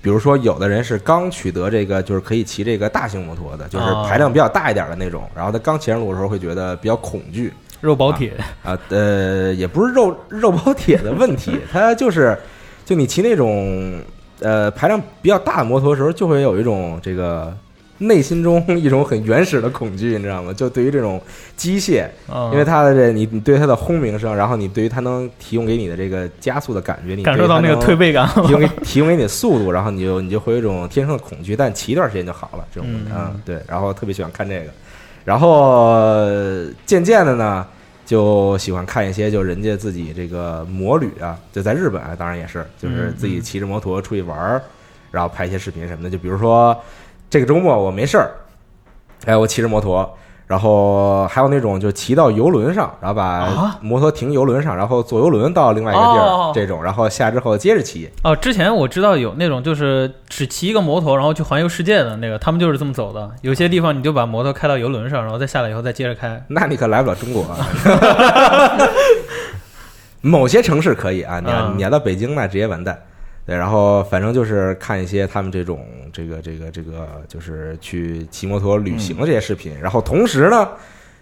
比如说有的人是刚取得这个就是可以骑这个大型摩托的，就是啊哦排量比较大一点的那种，然后他刚骑上路的时候会觉得比较恐惧。 肉包铁，啊，呃，也不是肉肉包铁的问题，它就是，就你骑那种呃排量比较大的摩托的时候，就会有一种这个内心中一种很原始的恐惧，你知道吗？就对于这种机械，啊因为它的这你你对它的轰鸣声，然后你对于它能提供给你的这个加速的感觉，你感受到那个推推背感，提供给提供给你的速度，然后你就你就会有一种天生的恐惧，但骑一段时间就好了。这种东西嗯啊，对，然后特别喜欢看这个，然后呃渐渐的呢，就喜欢看一些就人家自己这个摩旅啊，就在日本啊，当然也是，就是嗯自己骑着摩托出去玩儿，然后拍一些视频什么的。就比如说这个周末我没事儿，哎，我骑着摩托。然后还有那种就骑到游轮上，然后把啊摩托停游轮上，然后坐游轮到另外一个地儿，哦这种，然后下之后接着骑， 哦，之前我知道有那种就是只骑一个摩托，然后去环游世界的那个，他们就是这么走的。有些地方你就把摩托开到游轮上，然后再下来以后再接着开。那你可来不了中国、啊。某些城市可以啊，你要嗯你要到北京那直接完蛋。对，然后反正就是看一些他们这种这个这个这个，就是去骑摩托旅行的这些视频。然后同时呢，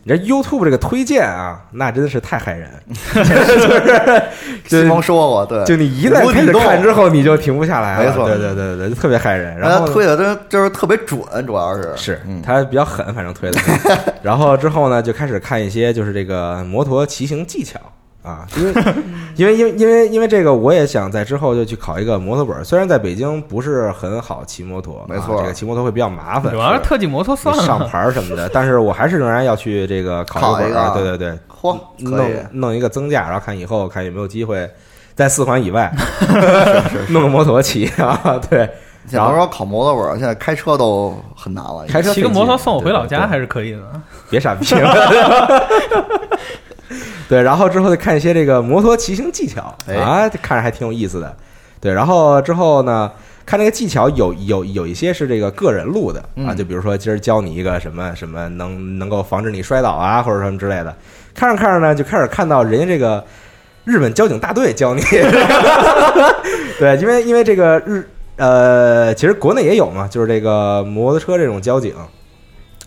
你这 YouTube 这个推荐啊，那真的是太害人，就是西蒙就说过，对，就你一旦开始看之后，你就停不下来了。没错对对对对，就特别害人。然然后后他呢推的真就是特别准，主要是是嗯，他比较狠，反正推的。 然后之后呢，就开始看一些就是这个摩托骑行技巧啊，因 为因为因为因为因为这个，我也想在之后就去考一个摩托本儿。虽然在北京不是很好骑摩托，没啊错这个骑摩托会比较麻烦，主要是特技摩托算啊你上了，牌儿什么的，但是我还是仍然要去这个考考一本个儿。啊对对对，嚯，可弄以，弄一个增驾，然后看以后看有没有机会在四环以 外弄个摩托骑啊，对。假如说考摩托本，现在开车都很难了，开车 骑个费摩托劲送我回老对对家对还是可以的。别傻逼了。对，然后之后就看一些这个摩托骑行技巧哎啊，看着还挺有意思的。对，然后之后呢，看这个技巧有有有一些是这个个人录的啊，嗯就比如说今儿教你一个什么什么能能够防止你摔倒啊，或者什么之类的。看着看着呢，就开始看到人家这个日本交警大队教 你。 对，因为因为这个日呃，其实国内也有嘛，就是这个摩托车这种交警，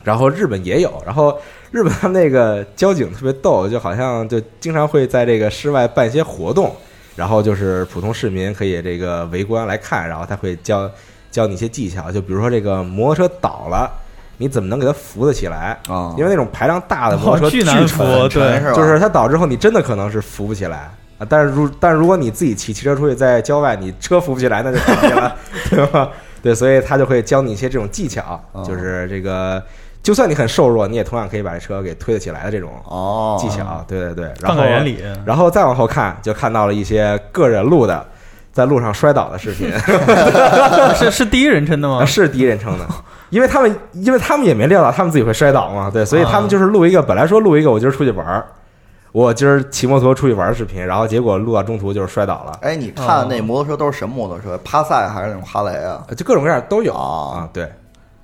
然后日本也有，然后日本他们那个交警特别逗，就好像就经常会在这个室外办一些活动，然后就是普通市民可以这个围观来看，然后他会教教你一些技巧，就比如说这个摩托车倒了，你怎么能给它扶得起来？啊，因为那种排量大的摩托车哦巨难沉扶很沉对是吧？就是它倒之后，你真的可能是扶不起来啊。但是如但是如果你自己骑汽车出去，在郊外，你车扶不起来，那就可惜 了，对吧？对，所以他就会教你一些这种技巧，哦就是这个，就算你很瘦弱，你也同样可以把这车给推得起来的这种哦，技巧。对对对，然放后在眼里，然后再往后看，就看到了一些个人录的在路上摔倒的视频，啊是是第一人称的吗啊，？ 是第一人称的，因为他们因为他们也没料到他们自己会摔倒嘛，对，所以他们就是录一个，本来说录一个我今儿出去玩儿，我今儿骑摩托出去玩儿的视频，然后结果录到中途就是摔倒了，哎，你看那摩托车都是什么摩托车？帕萨还是那种哈雷啊？呃就各种各样都有啊啊，对。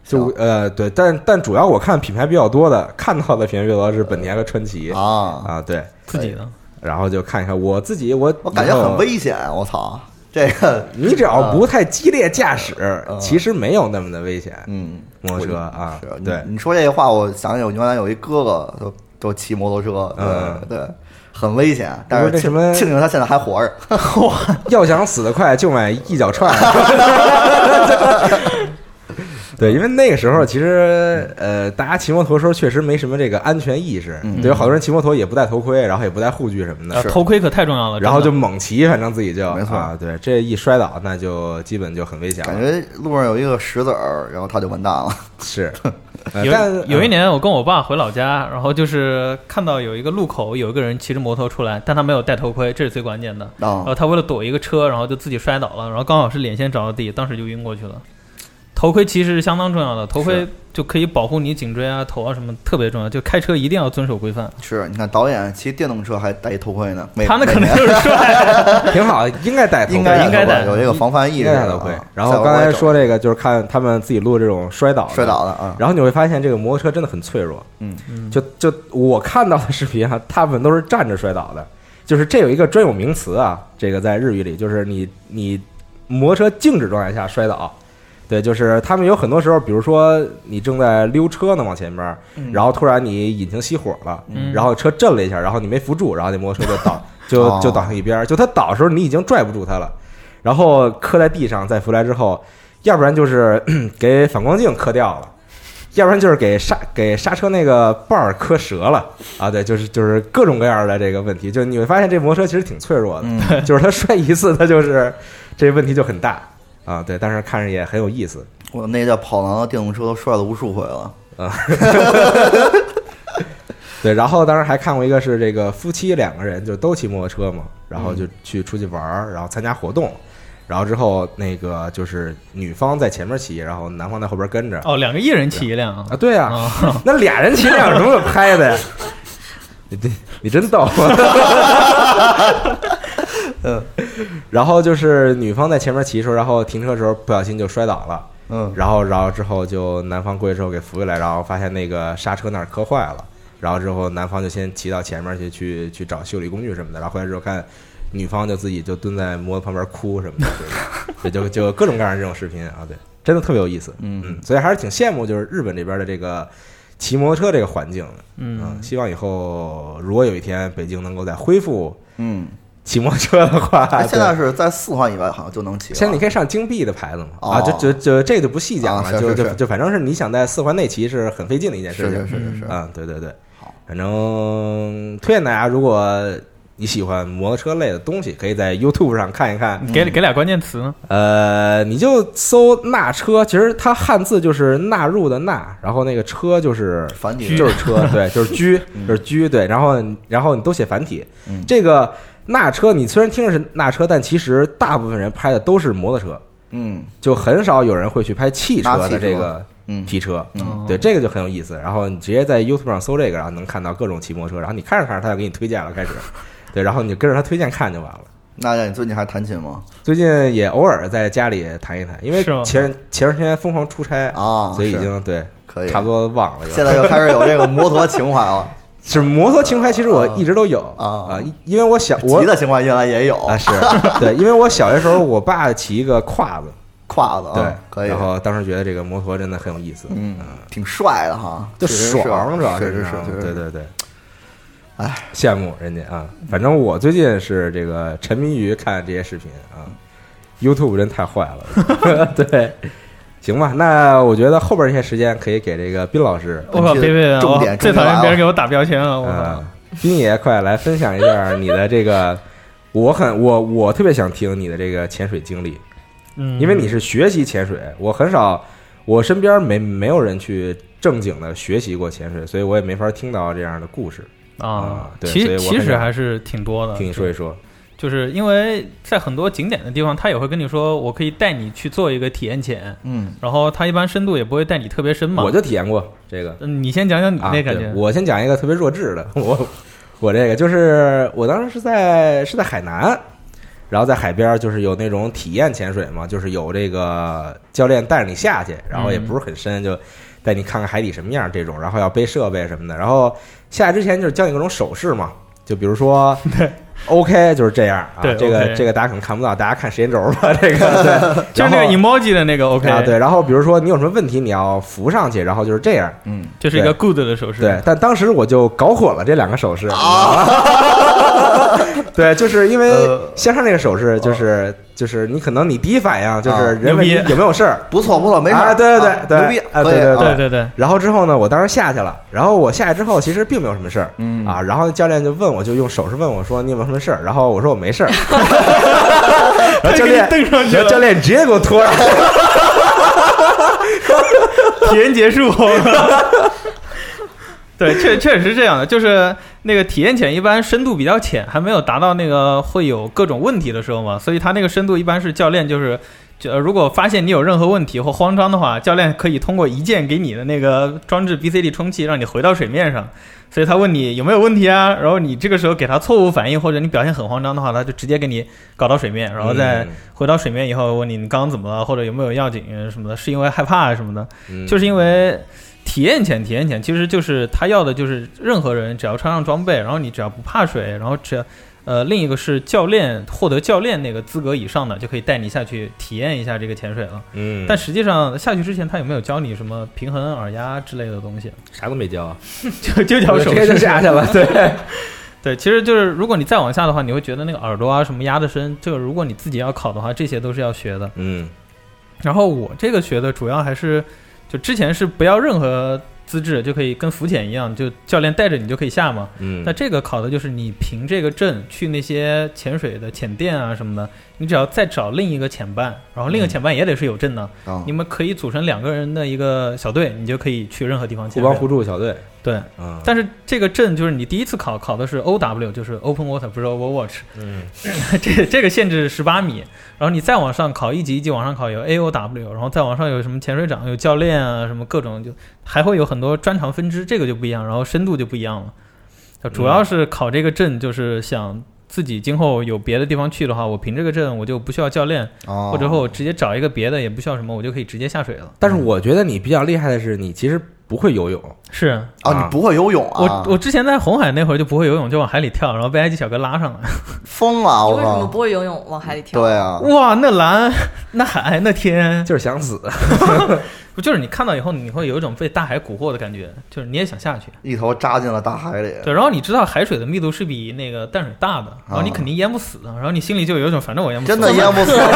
就呃对，但但主要我看品牌比较多的，看到的品牌比较多是本田和川崎啊啊，对，自己的然后就看一看我自己，我我感觉以后很危险，我操，这个，你只要不太激烈驾驶，啊其实没有那么的危险。嗯，摩托车啊是，对，你你说这话，我想起我原来有一哥哥，都都骑摩托车，嗯对对，很危险，但是为庆什么庆幸他现在还活着， 要想死得快，就买一脚踹。 对，因为那个时候其实呃，大家骑摩托的时候确实没什么这个安全意识，对，有好多人骑摩托也不戴头盔，然后也不戴护具什么啊的，头盔可太重要了。然后就真的猛骑，反正自己就没错啊，对，这一摔倒那就基本就很危险感了，觉路上有一个石子儿，然后他就完蛋了。 是。呃有但有一年，我跟我爸回老家，然后就是看到有一个路口有一个人骑着摩托出来，但他没有戴头盔，这是最关键的。哦然啊后他为了躲一个车，然后就自己摔倒了，然后刚好是脸先着到地，当时就晕过去了。头盔其实是相当重要的，头盔是就可以保护你颈椎啊、头啊什么，特别重要。就开车一定要遵守规范。是你看导演骑电动车还戴一头盔呢，每他那每可能年就是摔，呃挺好，应该戴头盔，应该应该戴戴头盔啊有这个防范意应识该戴的头盔啊。然在后我刚才也说这个，就是看他们自己录这种摔倒的摔倒了啊，然后你会发现，这个摩托车真的很脆弱。嗯，就就我看到的视频啊， 大部分都是站着摔倒的。就是这有一个专有名词啊，这个在日语里就是你你摩托车静止状态下摔倒。对，就是他们有很多时候，比如说你正在溜车呢，往前边儿，然后突然你引擎熄火了，嗯然后车震了一下，然后你没扶住，然后那摩托车就倒，哦就就倒向一边儿。就它倒的时候，你已经拽不住它了，然 后磕在地上，再扶来之后，要不然就是给反光镜磕掉了，要不然就是给刹给刹车那个把儿磕折了啊，对，就是就是各种各样的这个问题，就你会发现这摩托车其实挺脆弱的，嗯就是它摔一次，它就是这问题就很大啊，对，但是看着也很有意思，我那叫跑囊的电动车都摔了无数回了。对，然后当时还看过一个是这个夫妻两个人就都骑摩托车嘛，然后就嗯去出去玩儿，然后参加活动，然后之后那个就是女方在前面骑，然后男方在后边跟着。哦，两个一人骑一辆啊啊，对啊，哦那俩人骑俩有什么可拍的呀？ 你这你真逗。 嗯，然后就是女方在前面骑的时候，然后停车的时候不小心就摔倒了，嗯，然后然后之后就男方过去之后给扶起来，然后发现那个刹车那儿磕坏了，然后之后男方就先骑到前面去去去找修理工具什么的，然后回来之后看女方就自己就蹲在摩托旁边哭什么的，对就就就各种各样的这种视频啊，对，真的特别有意思，嗯所以还是挺羡慕就是日本这边的这个骑摩托车这个环境的，嗯，希望以后如果有一天北京能够再恢复嗯，骑摩托车的话，哎现在啊对是在四环以外好像就能骑了。现在你可以上金币的牌子嘛？哦啊，就就就这个就不细讲啊了，是就是就是就反正是你想在四环内骑是很费劲的一件事是情是。是是是，啊，对对对好，反正推荐大家，如果你喜欢摩托车类的东西，可以在 YouTube 上看一看。给给俩关键词呢？呃，你就搜“纳车”，其实它汉字就是“纳入”的“纳”，然后那个“车”就是繁体就是车，对，就是 居，就是居，对，然后然后你都写繁体，嗯这个纳车，你虽然听着是纳车，但其实大部分人拍的都是摩托车，嗯就很少有人会去拍汽车的这个嗯皮车，嗯对，这个就很有意思。然后你直接在 YouTube 上搜这个，然后能看到各种骑摩托车，然后你看着看着他就给你推荐了，开始，对，然后你就跟着他推荐看就完了。娜姐，你最近还弹琴吗？最近也偶尔在家里弹一弹，因为是吗前前段时间疯狂出差啊所以已是经对可以差不多忘了。有点现在又开始有这个摩托情怀了，是摩托情怀，其实我一直都有啊啊，因为我小 我骑的情怀原来也有，啊，是 对，因为我小的时候，我爸骑一个胯子，胯子啊对，可以然，后当时觉得这个摩托真的很有意思，嗯，挺帅的哈，就确实是啊爽，主要确是啊实是，确对实是，啊对对，哎，羡慕人家啊。反正我最近是这个沉迷于看这些视频啊，YouTube 真太坏了， 对。行吧，那我觉得后边这些时间可以给这个斌老师，我靠，别别别！重我点最重讨点厌来了别人给我打标签哦了，我啊靠！，斌爷，快来分享一下你的这个，我很我我特别想听你的这个潜水经历，嗯，因为你是学习潜水，我很少，我身边没没有人去正经的学习过潜水，所以我也没法听到这样的故事。啊啊，对其所以实我其很实想还是挺多的。听你说一说，就是因为在很多景点的地方，他也会跟你说，我可以带你去做一个体验潜，嗯，然后他一般深度也不会带你特别深嘛。我就体验过这个嗯，你先讲讲你啊，那感对觉。我先讲一个特别弱智的，我我这个就是我当时是在是在海南。然后在海边儿就是有那种体验潜水嘛，就是有这个教练带着你下去，然后也嗯不是很深，就带你看看海底什么样这种，然后要背设备什么的。然后下来之前就是教你各种手势嘛，就比如 说 OK 就是这样啊，对这个 OK 这个大家可能看不到，大家看时间轴吧，这个 对，就是那然个后 emoji 的那个 OK，啊，对，，然后比如说你有什么问题，你要浮上去，然后就是这样，嗯，这是一个 good 的手势。对，，但当时我就搞混了这两个手势啊。 对，就是因为呃向上那个手势，就是就是你可能你第一反应就啊是人问你哦牛逼有没有事儿，不错不错，没事啊儿，对对啊对牛逼啊，可以对对啊对对对，然后之后呢，我当时下去了，然后我下去之后其实并没有什么事儿，嗯啊，然后教练就问我，就用手势问我说你有没有什么事儿，然后我说我没事 儿，然后教练他给你瞪上去然了后教练直接给我拖上 去，体验结束。 对，确确实是这样的，就是那个体验潜一般深度比较浅，还没有达到那个会有各种问题的时候嘛，所以他那个深度一般是教练就是，就呃如果发现你有任何问题或慌张的话，教练可以通过一键给你的那个装置 BCD 充气，让你回到水面上。所以他问你有没有问题啊，然后你这个时候给他错误反应或者你表现很慌张的话，他就直接给你搞到水面，然后再嗯回到水面以后问你你刚刚怎么了，或者有没有要紧什么的，是因为害怕什么的。嗯就是因为体验潜，体验潜其实就是他要的就是任何人只要穿上装备，然后你只要不怕水，然后只要呃另一个是教练获得教练那个资格以上的就可以带你下去体验一下这个潜水了。嗯，但实际上下去之前他有没有教你什么平衡耳压之类的 东西？啥都没教，啊就就叫我手直接就势。下去了，对， 对，其实就是如果你再往下的话，你会觉得那个耳朵啊什么压的深，这个如果你自己要考的话，这些都是要学的。嗯然后我这个学的主要还是就之前是不要任何资质就可以跟浮潜一样，就教练带着你就可以下嘛。嗯那，这个考的就是你凭这个证去那些潜水的潜店啊什么的，你只要再找另一个潜伴，然后另一个嗯潜伴也得是有证的，啊你，们可以组成两个人的一个小队，你就可以去任何地方互潜帮水。互助小 队，对，嗯，但是这个证就是你第一次考考的是 O W，就是 Open Water，不是 Overwatch。嗯这 这个限制十八米，然后你再往上考，一级一级往上考有 A O W，然后再往上有什么潜水长、有教练啊，什么各种就还会有很多专长分支，这个就不一样，然后深度就不一样了。就主要是考这个证，就是想自己今后有别的地方去的话，我凭这个证我就不需要教练，哦或者说我直接找一个别的，也不需要什么，我就可以直接下水了。但是我觉得你比较厉害的是，你其实不会游泳，是哦，啊你不会游泳啊我？我之前在红海那会儿就不会游泳，就往海里跳，然后被埃及小哥拉上来，疯了！你我为什么靠！不会游泳往海里跳？对啊，哇，那蓝，那海，那天，就是想死。 不就是你看到以后，你会有一种被大海蛊惑的感觉，就是你也想下去。一头扎进了大海里。对，然后你知道海水的密度是比那个淡水大的，然后你肯定淹不死的，然后你心里就有一种反正我淹不死。啊真的淹不死吗？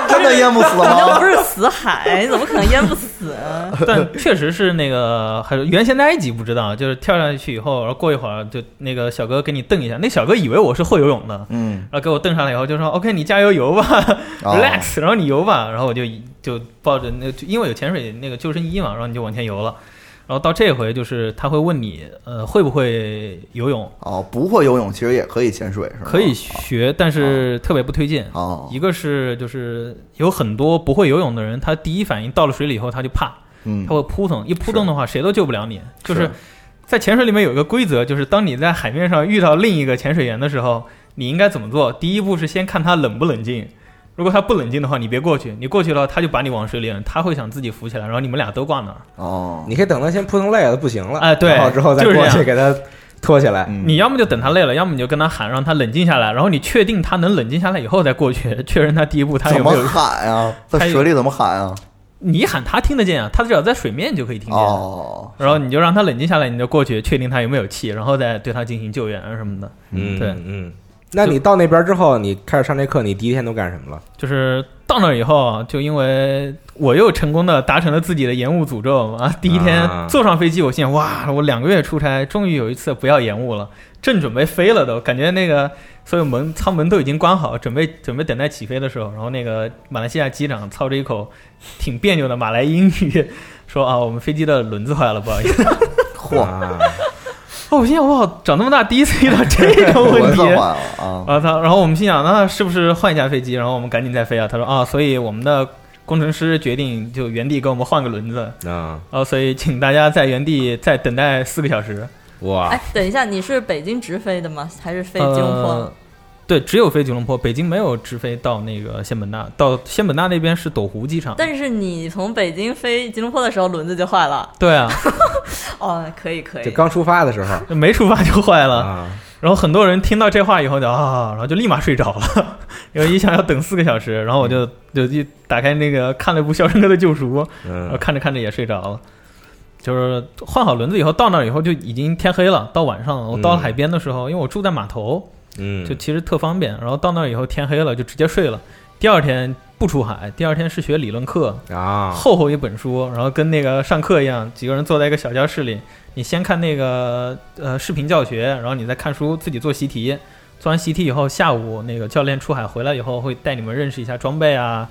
真的淹不死你又吗不？是死海，你怎么可能淹不死 啊？ 但确实是那个，还是原先的埃及不知道，就是跳下去以后，然后过一会儿就那个小哥给你蹬一下，那小哥以为我是会游泳的，嗯，然后给我蹬上来以后就说 OK 你加油游吧哦，relax，、然后你游吧，然后我就就抱着那个，就因为有潜水那个救生衣嘛，然后你就往前游了。然后到这回就是他会问你，呃，会不会游泳？哦，不会游泳其实也可以潜水是吗？可以学，但是特别不推荐。哦，一个是就是有很多不会游泳的人，他第一反应到了水里以后他就怕，嗯他，会扑腾，一扑腾的话谁都救不了你。就是是在潜水里面有一个规则，就是当你在海面上遇到另一个潜水员的时候，你应该怎么做？第一步是先看他冷不冷静。如果他不冷静的话，你别过去。你过去了，他就把你往水里扔，他会想自己浮起来，然后你们俩都挂那儿。哦，你可以等他先扑腾累了，不行了，哎对然后之后再就是过这去样给他拖起来。嗯你要么就等他累了，要么你就跟他喊，让他冷静下来。然后你确定他能冷静下来以后再过去，确认他第一步他怎有么没有喊啊？在水里怎么喊啊？你喊他听得见啊，他只要在水面就可以听见。哦，然后你就让他冷静下来，你就过去确定他有没有气，然后再对他进行救援啊什么的。嗯，对嗯。那你到那边之后，你开始上这课，你第一天都干什么了？就是到那儿以后，就因为我又成功的达成了自己的延误诅咒嘛。 第一天啊坐上飞机，我心想哇，我两个月出差，终于有一次不要延误了。正准备飞了都，感觉那个所有门舱门都已经关好，准备准备等待起飞的时候，然后那个马来西亚机长操着一口挺别扭的马来英语，说啊，我们飞机的轮子坏了，不好意思。 嚯，啊哦，我心想，哇，长这么大第一次遇到这种 问 我题怎。么喊啊？啊，他，然后我们心想，那是不是换一架飞机，然后我们赶紧再飞啊？他说啊，所以我们的工程师决定就原地给我们换个轮子，啊！啊，所以请大家在原地再等待四个小时。哇哎，等一下，你是北京直飞的吗？还是飞啊呃吉隆坡？对，只有飞吉隆坡，北京没有直飞到那个仙本那，到仙本那那边是斗湖机场。但是你从北京飞吉隆坡的时候，轮子就坏了。对啊，哦，可以可就以。刚出发的时候没出发就坏了。 啊，然后很多人听到这话以后就啊，然后就立马睡着了， 因为一想要等四个小时，然后我就就一打开那个看了一部《肖申克的救赎》，然后嗯呃看着看着也睡着了。就是换好轮子以后，到那儿以后就已经天黑了，到晚上了。我到了嗯海边的时候，因为我住在码头，嗯，就其实特方便。然后到那儿以后天黑了，就直接睡了。第二天不出海，第二天是学理论课，啊，厚厚一本书，然后跟那个上课一样，几个人坐在一个小教室里，你先看那个呃视频教学，然后你再看书，自己做习题。做完习题以后，下午那个教练出海回来以后，会带你们认识一下装备啊。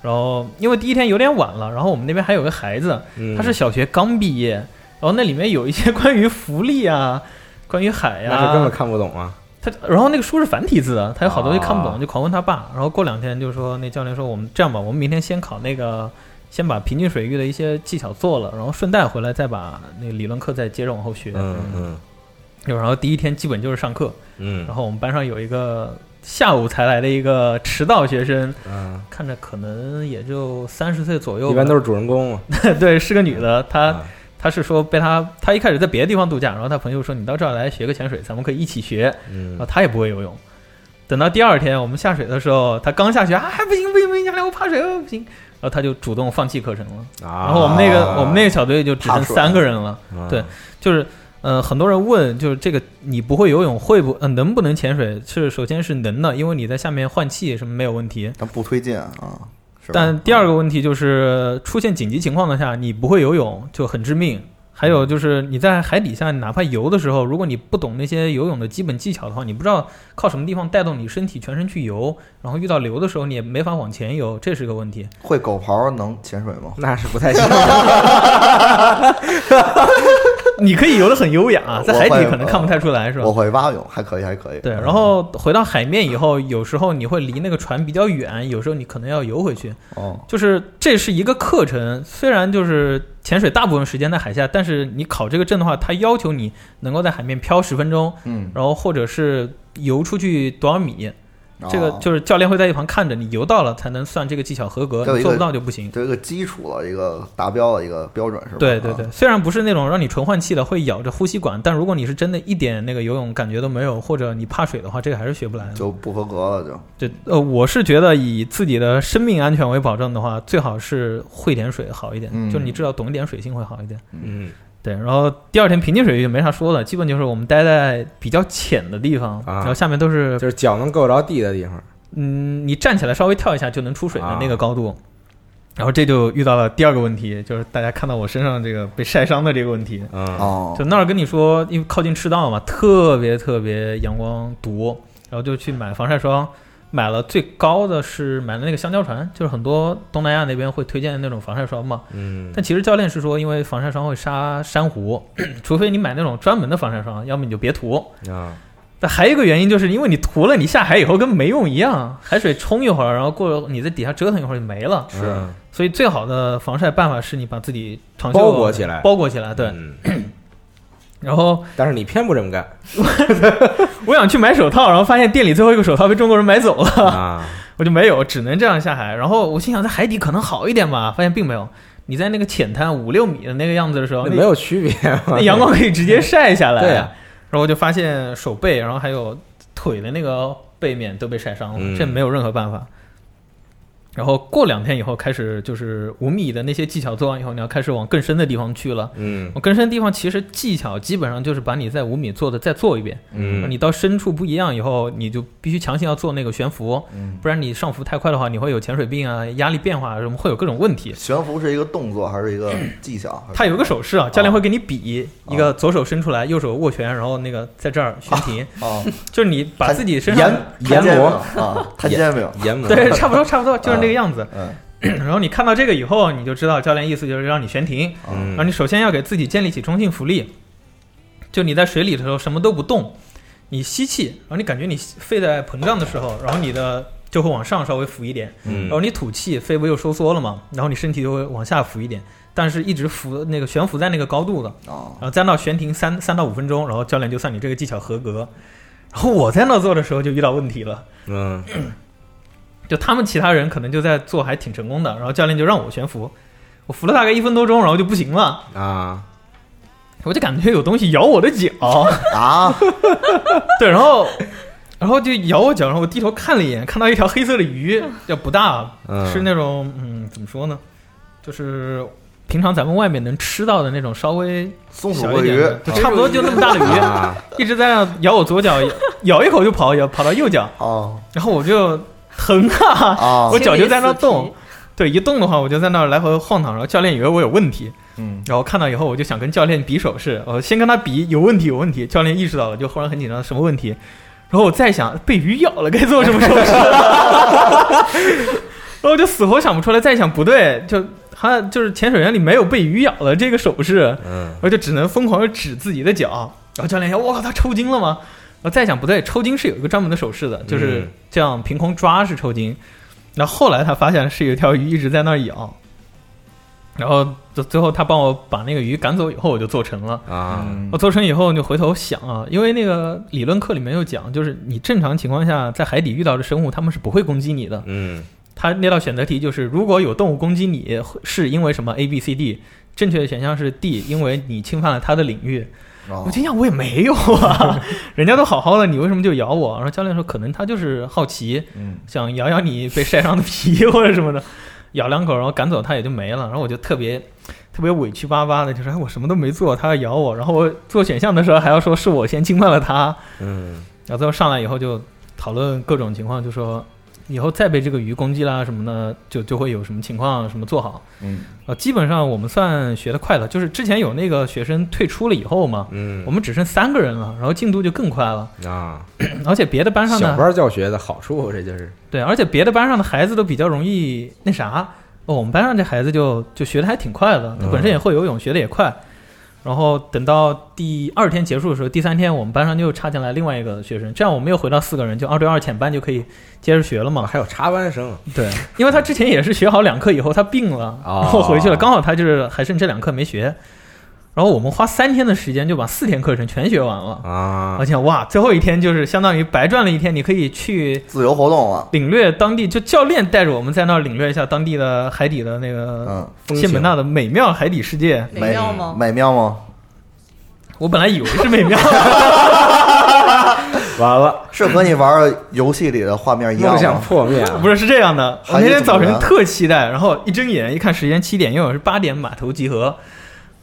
然后因为第一天有点晚了，然后我们那边还有个孩子，嗯他是小学刚毕业，然后那里面有一些 关于浮力啊，关于海啊呀、那是根本看不懂啊。他然后那个书是繁体字的，他有好多就看不懂，啊就狂问他爸。然后过两天就说那教练说我们这样吧，我们明天先考那个，先把平均水域的一些技巧做了，然后顺带回来再把那个理论课再接着往后学。嗯嗯然后第一天基本就是上课，然嗯后我们班上有一个下午才来的一个迟到学生，嗯，看着可能也就三十岁左右吧，一般都是主人公嘛。是 对，是个女的，她。啊他是说被他，他一开始在别的地方度假，然后他朋友说你到这儿来学个潜水，咱们可以一起学。然后嗯啊他也不会游泳，等到第二天我们下水的时候，他刚下去啊，不行不行不行，教练我怕水哦，不行。然后他就主动放弃课程了。啊，然后我们那个我们那个小队就只怕剩水三个人了，嗯对就是。呃，很多人问，就是这个你不会游泳，会不呃能不能潜水？是首先是能的，因为你在下面换气什么没有问题。咱不推荐啊。是吧但第二个问题就是，出现紧急情况的下，你不会游泳就很致命。还有就是你在海底下，你哪怕游的时候，如果你不懂那些游泳的基本技巧的话，你不知道靠什么地方带动你身体全身去游，然后遇到流的时候你也没法往前游，这是个问题。会狗刨能潜水吗？那是不太行。 你可以游得很优雅，啊在海我底会可能看不太出来，是吧我？会蛙泳，还可以，还可以。对，然后回到海面以后，有时候你会离那个船比较远，有时候你可能要游回去。哦，就是这是一个课程，虽然就是潜水大部分时间在海下，但是你考这个证的话，它要求你能够在海面漂十分钟，嗯，然后或者是游出去多少米，这个哦就是教练会在一旁看着你游到了才能算这个技巧合格，这有一你个做不到就不行。这一个基础了，一个达标的一个标准是吧？啊对对对，嗯虽然不是那种让你纯换气的，会咬着呼吸管，但如果你是真的一点那个游泳感觉都没有，或者你怕水的话，这个还是学不来啊的。就不合格了，就对，呃，我是觉得以自己的生命安全为保证的话，最好是会点水好一点，嗯就是你至少懂一点水性会好一点。嗯对，然后第二天平静水域就没啥说的，基本就是我们待在比较浅的地方，啊然后下面都是就是脚能够着地的地方，嗯，你站起来稍微跳一下就能出水的啊那个高度。然后这就遇到了第二个问题，就是大家看到我身上这个被晒伤的这个问题。嗯，哦就那儿跟你说，因为靠近赤道嘛，特别特别阳光毒，然后就去买防晒霜，买了最高的是买的那个香蕉船，就是很多东南亚那边会推荐的那种防晒霜嘛。嗯，但其实教练是说，因为防晒霜会杀珊瑚，除非你买那种专门的防晒霜，要么你就别涂。啊，但还有一个原因，就是因为你涂了，你下海以后跟没用一样，海水冲一会儿，然后过你在底下折腾一会儿就没了。是所以最好的防晒办法是你把自己长袖包裹起来包裹起来。对，嗯然后但是你偏不这 么干我想去买手套，然后发现店里最后一个手套被中国人买走了， 啊，我就没有，只能这样下海。然后我心想，在海底可能好一点吧，发现并没有。你在那个浅滩五六米的那个样子的时候，那那没有区别嘛那阳光可以直接晒下来。对啊然后我就发现手背，然后还有腿的那个背面都被晒伤了，嗯这没有任何办法。然后过两天以后，开始就是五米的那些技巧做完以后，你要开始往更深的地方去了。嗯我更深的地方其实技巧基本上就是把你在五米做的再做一遍，嗯，你到深处不一样以后，你就必须强行要做那个悬浮，嗯，不然你上浮太快的话，你会有潜水病啊、压力变化啊什么，会有各种问题。悬浮是一个动作还是一个技巧？它有一个手势啊，教练会给你比哦一个左手伸出来，右手握拳，然后那个在这儿悬停，啊，就是你把自己身上研研磨啊，摊 煎饼，研磨对，差不多差不多就是那个样子。嗯然后你看到这个以后，你就知道教练意思就是让你悬停，嗯嗯然啊后你首先要给自己建立起中性浮力，就你在水里的时候什么都不动，你吸气，然后你感觉你肺在膨胀的时候，然后你的就会往上稍微浮一点，然后嗯你吐气，肺不又收缩了嘛，然后你身体就会往下浮一点，但是一直浮那个悬浮在那个高度的，啊然后在那悬停三三到五分钟，然后教练就算你这个技巧合格。然后我在那做的时候就遇到问题了，嗯就他们其他人可能就在做还挺成功的，然后教练就让我悬浮，我浮了大概一分多钟，然后就不行了。啊，我就感觉有东西咬我的脚，啊，对，然后，然后就咬我脚，然后我低头看了一眼，看到一条黑色的鱼，要不大，嗯是那种嗯，怎么说呢，就是平常咱们外面能吃到的那种稍微松鼠小鳜一点鱼的，就差不多就那么大的鱼，啊，一直在那咬我左脚，咬一口就跑，咬跑到右脚，哦然后我就疼啊，啊我，脚就在那心理动死，对，一动的话我就在那来回晃荡，然后教练以为我有问题，嗯然后看到以后，我就想跟教练比手势，我先跟他比有问题有问题。教练意识到了，就忽然很紧张，什么问题？然后我再想被鱼咬了该做什么手势，然后我就死活想不出来，再想不对，就他就是潜水员里没有被鱼咬了这个手势，嗯我就只能疯狂的指自己的脚。然后教练说：“哇，他抽筋了吗？”我再想不对，抽筋是有一个专门的手势的，就是嗯这样凭空抓是抽筋。然后后来他发现是有一条鱼一直在那儿咬，然后最最后他帮我把那个鱼赶走以后，我就做成了。啊，嗯我做成以后，你就回头想啊，因为那个理论课里面有讲，就是你正常情况下在海底遇到的生物，他们是不会攻击你的。嗯他那道选择题就是，如果有动物攻击你，是因为什么？A、B、C、D。正确的选项是 D，因为你侵犯了他的领域。我哦心想，我也没有啊， 人家都好好的，你为什么就咬我？然后教练说，可能他就是好奇，嗯想咬咬你被晒伤的皮或者什么的，咬两口，然后赶走它也就没了。然后我就特别特别委屈巴巴的，就说哎，我什么都没做，它要咬我。然后我做选项的时候还要说是我先侵犯了它。嗯然后最后上来以后就讨论各种情况，就说以后再被这个鱼攻击啦什么的，就就会有什么情况什么做好。嗯呃，基本上我们算学的快了，就是之前有那个学生退出了以后嘛，嗯我们只剩三个人了，然后进度就更快了，啊，而且别的班上小呢，班教学的好处，这就是对，而且别的班上的孩子都比较容易那啥，哦、我们班上这孩子就就学的还挺快的，他嗯本身也会游泳，学的也快。然后等到第二天结束的时候，第三天我们班上又插进来另外一个学生，这样我们又回到四个人，就二对二浅班就可以接着学了嘛。还有插班生对，因为他之前也是学好两课以后他病了，哦然后回去了，刚好他就是还剩这两课没学，然后我们花三天的时间就把四天课程全学完了，啊而，且哇，最后一天就是相当于白转了一天，你可以去自由活动了，领略当地，就教练带着我们在那儿领略一下当地的海底的那个嗯，风仙本情那的美妙海底世界。美妙吗？美妙吗？我本来以为是美妙， 完了，是和你玩游戏里的画面一样梦想吗？破灭了，不是是这样的。我那海底天怎么早晨了特期待，然后一睁眼一看时间七点，因为我是八点码头集合，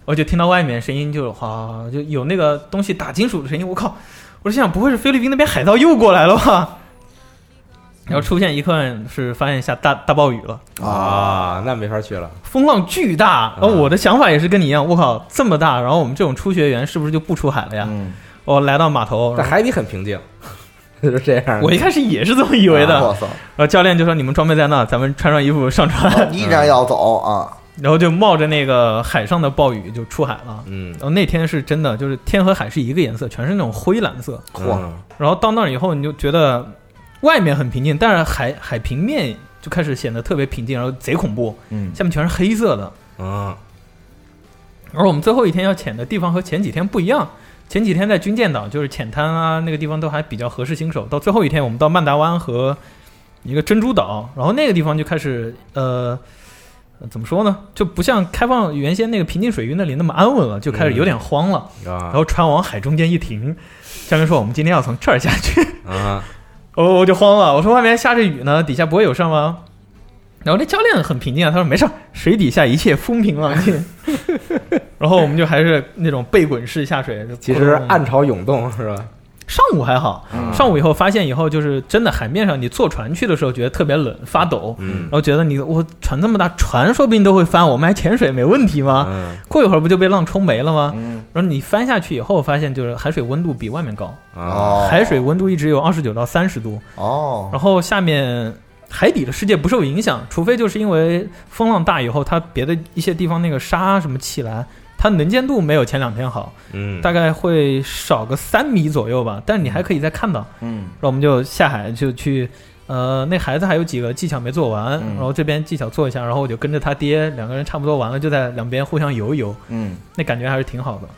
我就听到外面声音就是哗，就有那个东西打金属的声音。我靠！我就想，不会是菲律宾那边海盗又过来了吧？然后出现一看是发现下大大暴雨了。啊，那没法去了，风浪巨大，啊然后我的想法也是跟你一样，我靠，这么大，然后我们这种初学员是不是就不出海了呀？嗯，我来到码头，但然后海底很平静， 就是这样。我一开始也是这么以为的，啊哇塞，然后教练就说你们装备在那，咱们穿上衣服上船，啊依然要走啊！然后就冒着那个海上的暴雨就出海了。嗯然，后那天是真的，就是天和海是一个颜色，全是那种灰蓝色。嚯，嗯然后到那儿以后，你就觉得外面很平静，但是海海平面就开始显得特别平静，然后贼恐怖，嗯，下面全是黑色的。嗯而我们最后一天要潜的地方和前几天不一样。前几天在军舰岛，就是浅滩啊，那个地方都还比较合适新手。到最后一天，我们到曼达湾和一个珍珠岛，然后那个地方就开始呃，呃怎么说呢？就不像开放原先那个平静水域那里那么安稳了，就开始有点慌了。然啊后船往海中间一停，教练说：“我们今天要从这儿下去。”啊，哦，我就慌了，我说外面下着雨呢，底下不会有事儿吗？然后那教练很平静啊，他说没事儿，水底下一切风平浪静。 然后我们就还是那种背滚式下水。就其实咕咚暗潮涌动是吧？上午还好，嗯上午以后发现以后就是真的海面上，你坐船去的时候觉得特别冷，发抖，嗯然后觉得你我船这么大，船说不定都会翻，我们还潜水没问题吗？嗯过一会儿不就被浪冲没了吗？嗯然后你翻下去以后，发现就是海水温度比外面高，啊哦海水温度一直有二十九到三十度，哦，然后下面海底的世界不受影响，除非就是因为风浪大以后，它别的一些地方那个沙什么起来，它能见度没有前两天好，嗯，大概会少个三米左右吧。但是你还可以再看到，嗯然后我们就下海就去。呃，那孩子还有几个技巧没做完，嗯然后这边技巧做一下，然后我就跟着他爹，两个人差不多完了，就在两边互相游一游。嗯那感觉还是挺好的。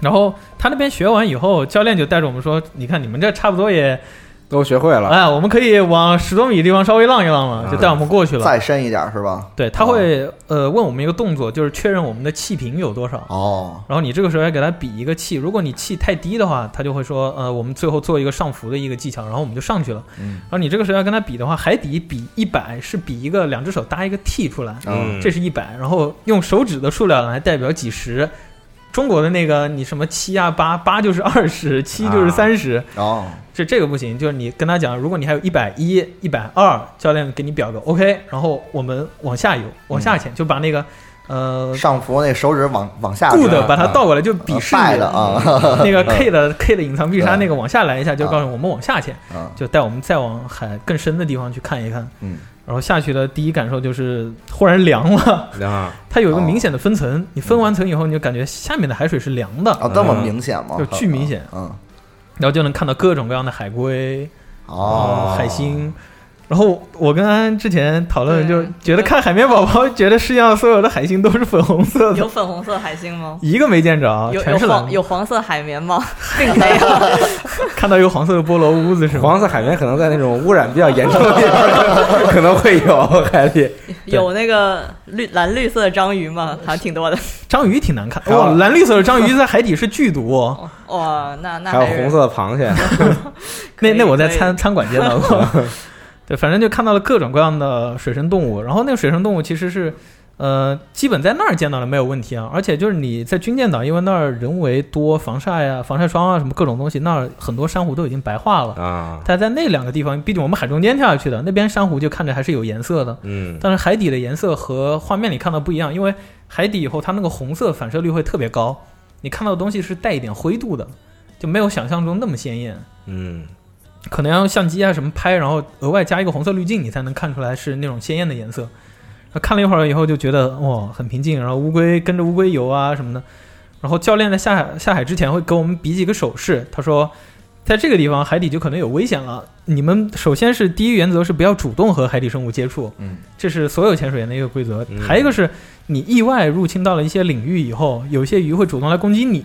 然后他那边学完以后，教练就带着我们说：“你看你们这差不多也，都学会了，哎，我们可以往十多米地方稍微浪一浪啊了。”就带我们过去了。再深一点是吧？对，他会呃问我们一个动作，就是确认我们的气瓶有多少。哦，然后你这个时候要给他比一个气，如果你气太低的话，他就会说：“呃，我们最后做一个上浮的一个技巧。”然后我们就上去了。嗯然后你这个时候要跟他比的话，海底比一百是比一个两只手搭一个 T 出来。嗯，这是一百，然后用手指的数量来代表几十。中国的那个你什么七啊八八就是二十，七啊就是三十，哦，这这个不行。就是你跟他讲，如果你还有一百一、一百二，教练给你表个 OK，然后我们往下嗯游，往下潜，就把那个呃上浮那手指往往下 good 指把它倒过来，就啊鄙视拜的啊， 那个 K 的 K 的隐藏必杀嗯那个往下来一下，就告诉我们往下潜，嗯就带我们再往海更深的地方去看一看。嗯然后下去的第一感受就是忽然凉了。 啊，它哦有一个明显的分层，你分完层以后，你就感觉下面的海水是凉的，啊，这么明显吗？就巨明显，嗯，然后就能看到各种各样的海龟、哦，啊海星。然后我跟安安之前讨论，对就是觉得看海绵宝宝，觉得世界上所有的海星都是粉红色有的，粉红色海星吗？一个没见着，有啊全有是蓝黄的。有黄色海绵吗？并没有。看到一个黄色的菠萝屋子是吗？黄色海绵可能在那种污染比较严重的地方 可能会有海里，有那个绿蓝绿色的章鱼吗？还挺多的。章鱼挺难看，还有哇，蓝绿色的章鱼在海底是剧毒 哦。哇，那那还有是红色的螃蟹，那可以那我在可以餐餐馆 见到过，对，反正就看到了各种各样的水生动物。然后那个水生动物其实是，呃，基本在那儿见到了没有问题啊。而且就是你在军舰岛，因为那儿人为多，防晒啊、防晒霜啊什么各种东西，那儿很多珊瑚都已经白化了。 啊，它在那两个地方，毕竟我们海中间跳下去的，那边珊瑚就看着还是有颜色的。嗯但是海底的颜色和画面里看到不一样，因为海底以后它那个红色反射率会特别高，你看到的东西是带一点灰度的，就没有想象中那么鲜艳。嗯可能要用相机啊什么拍，然后额外加一个红色滤镜，你才能看出来是那种鲜艳的颜色。看了一会儿以后就觉得哇很平静，然后乌龟跟着乌龟游啊什么的。然后教练在下海下海之前会给我们比几个手势，他说在这个地方海底就可能有危险了。你们首先是第一原则是不要主动和海底生物接触，嗯，这是所有潜水员的一个规则嗯。，还有一个是你意外入侵到了一些领域以后，有一些鱼会主动来攻击你。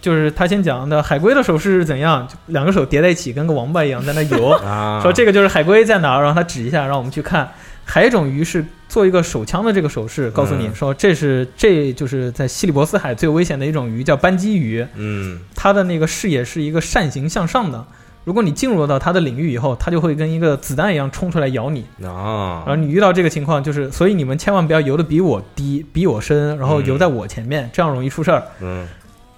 就是他先讲的海龟的手势是怎样，就两个手叠在一起，跟个王八一样在那游啊，说这个就是海龟在哪儿，然后他指一下，让我们去看。还有一种鱼是做一个手枪的这个手势，告诉你嗯说这是这就是在西里伯斯海最危险的一种鱼，叫斑鳍鱼。嗯它的那个视野是一个扇形向上的，如果你进入到它的领域以后，它就会跟一个子弹一样冲出来咬你。然后啊，你遇到这个情况，就是所以你们千万不要游的比我低、比我深，然后游在我前面，这样容易出事儿。嗯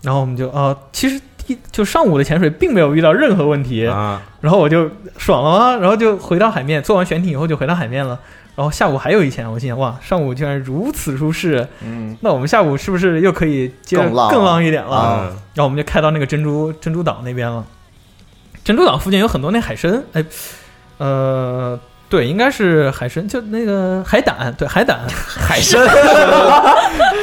然后我们就啊、其实第一就上午的潜水并没有遇到任何问题，啊，然后我就爽了啊，然后就回到海面，做完悬停以后就回到海面了。然后下午还有一潜，我心想哇，上午居然如此舒适，嗯那我们下午是不是又可以接着更浪更浪一点了？啊嗯然后我们就开到那个珍珠珍珠岛那边了。珍珠岛附近有很多那海参，哎，呃，对，应该是海参，就那个海胆，对，海胆。海参，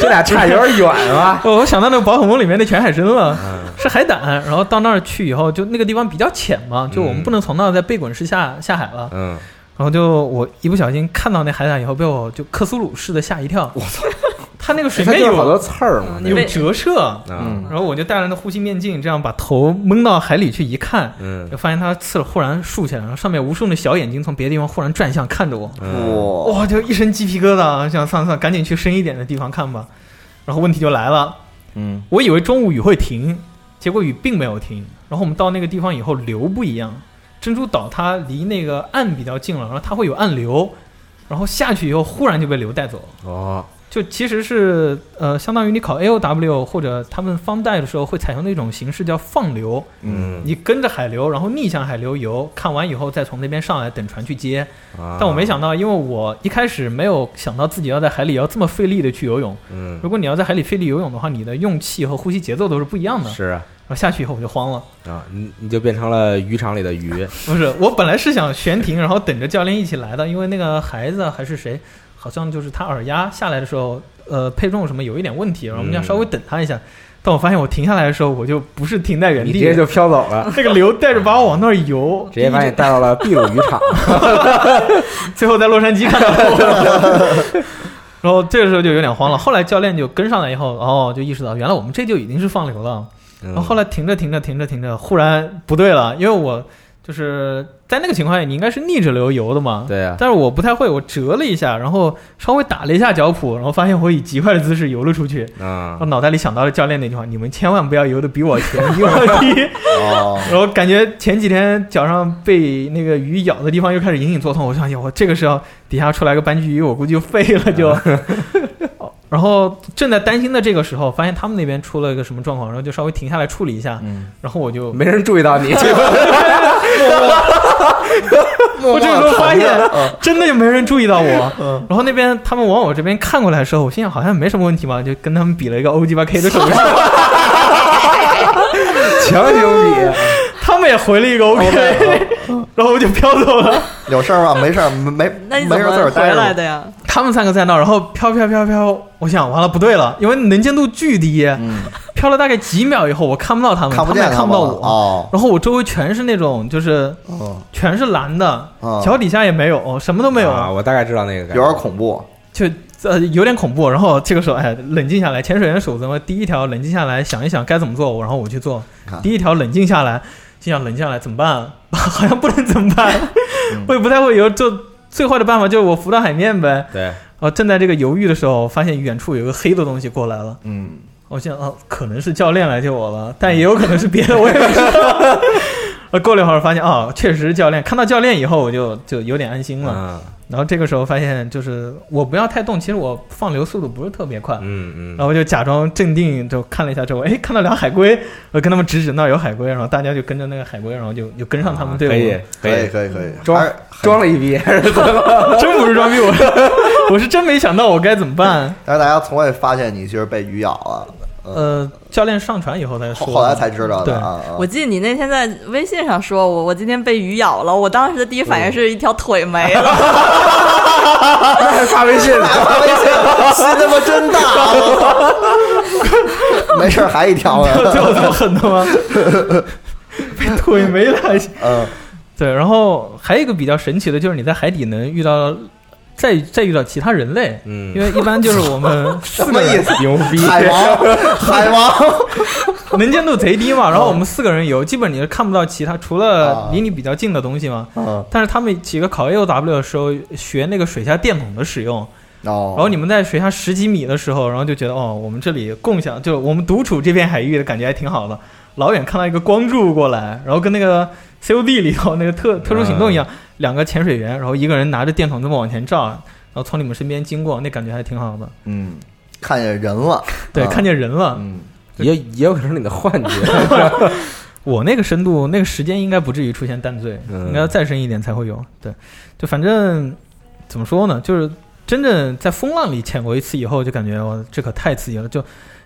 这俩差有点远啊， 哦，我想到那个宝可梦里面那全海参 了，嗯是海胆。然后到那儿去以后，就那个地方比较浅嘛，就我们不能从那儿再背滚式下下海了。嗯，然后就我一不小心看到那海胆以后，被我就克苏鲁似的吓一跳。我操！它那个水它面就是好有多刺儿嘛，那有个被折射，啊，然后我就戴了那护心面镜，这样把头蒙到海里去一看，嗯就发现它刺儿忽然竖起来，然后上面无数的小眼睛从别的地方忽然转向看着我，嗯哇，哇，就一身鸡皮疙瘩，啊想算了算了，赶紧去深一点的地方看吧。然后问题就来了，嗯我以为中午雨会停，结果雨并没有停。然后我们到那个地方以后，流不一样。珍珠岛它离那个岸比较近了，然后它会有暗流，然后下去以后忽然就被流带走了。哦，就其实是呃，相当于你考 A O W 或者他们放贷的时候会采用那种形式叫放流，嗯你跟着海流，然后逆向海流游，看完以后再从那边上来等船去接。啊但我没想到，到，因为我一开始没有想到自己要在海里要这么费力的去游泳。嗯如，果你要在海里费力游泳的话，你的用气和呼吸节奏都是不一样的。是啊，然后下去以后我就慌了，啊，你你就变成了渔场里的鱼，不是，我本来是想悬停，然后等着教练一起来的，因为那个孩子还是谁，好像就是他耳压下来的时候，呃，配重什么有一点问题，然后我们要稍微等他一下。但我发现我停下来的时候，我就不是停在原你地，嗯直接 就飘走了，那个流带着把我往那儿游，直接把你第一带到了秘鲁渔场，最后在洛杉矶看到我。 然后这个时候就有点慌了，后来教练就跟上来以后，哦，就意识到原来我们这就已经是放流了。然然哦后后来停着停着停着停着，忽然不对了，因为我就是在那个情况下，你应该是逆着流游的嘛。。对啊呀，但是我不太会，我折了一下，然后稍微打了一下脚蹼，然后发现我以极快的姿势游了出去。啊我，脑袋里想到了教练那句话：“你们千万不要游的比我前，比我低。哦”，然后感觉前几天脚上被那个鱼咬的地方又开始隐隐作痛，我想想，我这个时候底下出来个斑鳍鱼，我估计就废了 就。然后正在担心的这个时候，发现他们那边出了一个什么状况，然后就稍微停下来处理一下。嗯，然后我就，没人注意到你， 我这个时候发现嗯真的就没人注意到我。然后那边他们往我这边看过来的时候，我心想好像没什么问题吧，就跟他们比了一个 O G 八 K 的手势，强行他们也回了一个 O 哦 K，然后我就飘走了。有事儿吗？没事儿，没那你没怎事儿，自个么回儿待来着吧。的呀？他们三个在那儿，然后飘飘飘飘，我想完了不对了，因为能见度巨低，嗯，飘了大概几秒以后，我看不到他们，看不见他们也看不吗到我。哦然后我周围全是那种，就是哦，全是蓝的，哦脚底下也没有，什么都 没有，啊，我大概知道那个感有觉点恐怖。就呃有点恐怖。然后这个时候，哎，冷静下来，潜水员守则嘛，第一条冷静下来，想一想该怎么做，然后我去做啊。第一条冷静下来，心想冷静下来怎么办？ 好像不能怎么办嗯， 我也不太会游，就最坏的办法就是我浮到海面呗。对，然后哦正在这个犹豫的时候，发现远处有个黑的东西过来了。嗯我想，哦、可能是教练来救我了，但也有可能是别的，我也不知道。 呃，过了一会儿发现哦，确实教练看到教练以后，我就就有点安心了。嗯然后这个时候发现就是我不要太动，其实我放流速度不是特别快，嗯然后嗯，我就假装镇定，就看了一下周围，哎，看到俩海龟，我跟他们指指那儿有海龟，然后大家就跟着那个海龟，然后就就跟上他们队啊可伍以了。 可以以可以可以，装还装了一逼，真不是装逼，我 我是真没想到我该怎么办。但是大家从未发现你就是被鱼咬了，呃，教练上船以后才后说，后来才知道的 啊。啊我记得你那天在微信上说我，我今天被鱼咬了，我当时的第一反应是一条腿没了，还发微信呢，啊发微信，心他妈真 大啊我操！没事儿，还一 条呢。最后这么狠的 吗？被腿没了还行。嗯，对，然后还有一个比较神奇的就是你在海底能遇到，再再遇到其他人类，嗯因为一般就是我 们四什个么意人思？牛逼海王，海王， 能见度贼低嗯嘛，然后我们四个人游，基本你是看不到其他除啊了离你比较近的东西嘛。嗯，但是他们几个考 A O W 的时候学那个水下电筒的使用，哦，然后你们在水下十几米的时候，然后就觉得哦，我们这里共享，就我们独处这片海域的感觉还挺好的。老远看到一个光柱过来，然后跟那 个 COD 里头那个特特殊行动一样，嗯两个潜水员，然后一个人拿着电筒这么往前照，然后从你们身边经过，那感觉还挺好的。嗯，看见人了，对，啊看见人了。嗯，也也有可能是你的幻 觉，我那个深度，那个时间应该不至于出现淡醉，嗯应该要再深一点才会有。对，就反正怎么说呢，就是真正在风浪里潜过一次以后，就感觉哇，这可太刺激了。就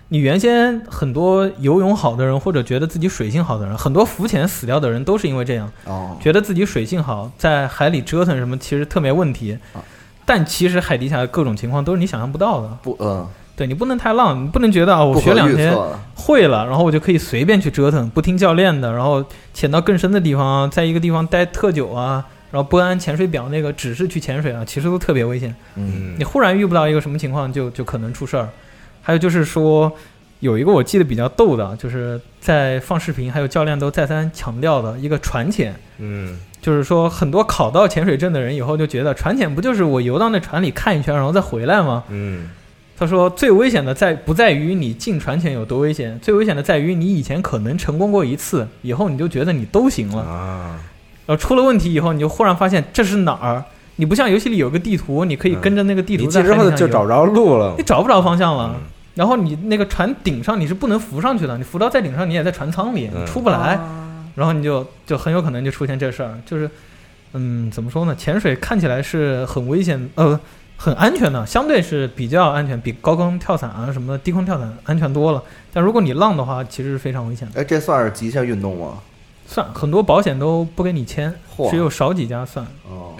你原先很多游泳好的人，或者觉得自己水性好的人，很多浮潜死掉的人都是因为这样，哦，觉得自己水性好，在海里折腾什么其实特没问题啊。但其实海底下的各种情况都是你想象不到的，不，嗯，对你不能太浪，你不能觉得啊，我不学可两预天测的，会了，然后我就可以随便去折腾，不听教练的，然后潜到更深的地方，在一个地方待特久啊，然后不按潜水表那个指示去潜水啊，其实都特别危险。嗯，你忽然遇不到一个什么情况就，就可能出事儿。还有就是说，有一个我记得比较逗的，就是在放视频，还有教练都再三强调的一个船潜，嗯就是说很多考到潜水证的人以后就觉得船潜不就是我游到那船里看一圈，然后再回来吗？嗯他说最危险的在不在于你进船前有多危险，最危险的在于你以前可能成功过一次，以后你就觉得你都行了，啊，然后出了问题以后，你就忽然发现这是哪儿。你不像游戏里有个地图，你可以跟着那个地嗯你进图在之海后面上就游找不着路了你，找不着方向了。嗯然后你那个船顶上你是不能浮上去的，你浮到再顶上你也在船舱里，你嗯出不来。啊然后你就就很有可能就出现这事儿，就是，嗯，怎么说呢？潜水看起来是很危险，呃，很安全的，相对是比较安全，比高空跳伞啊什么的低空跳伞安全多了。但如果你浪的话，其实是非常危险的。哎，这算是极限运动吗？算很多保险都不给你签，嚯只有少几家算。哦，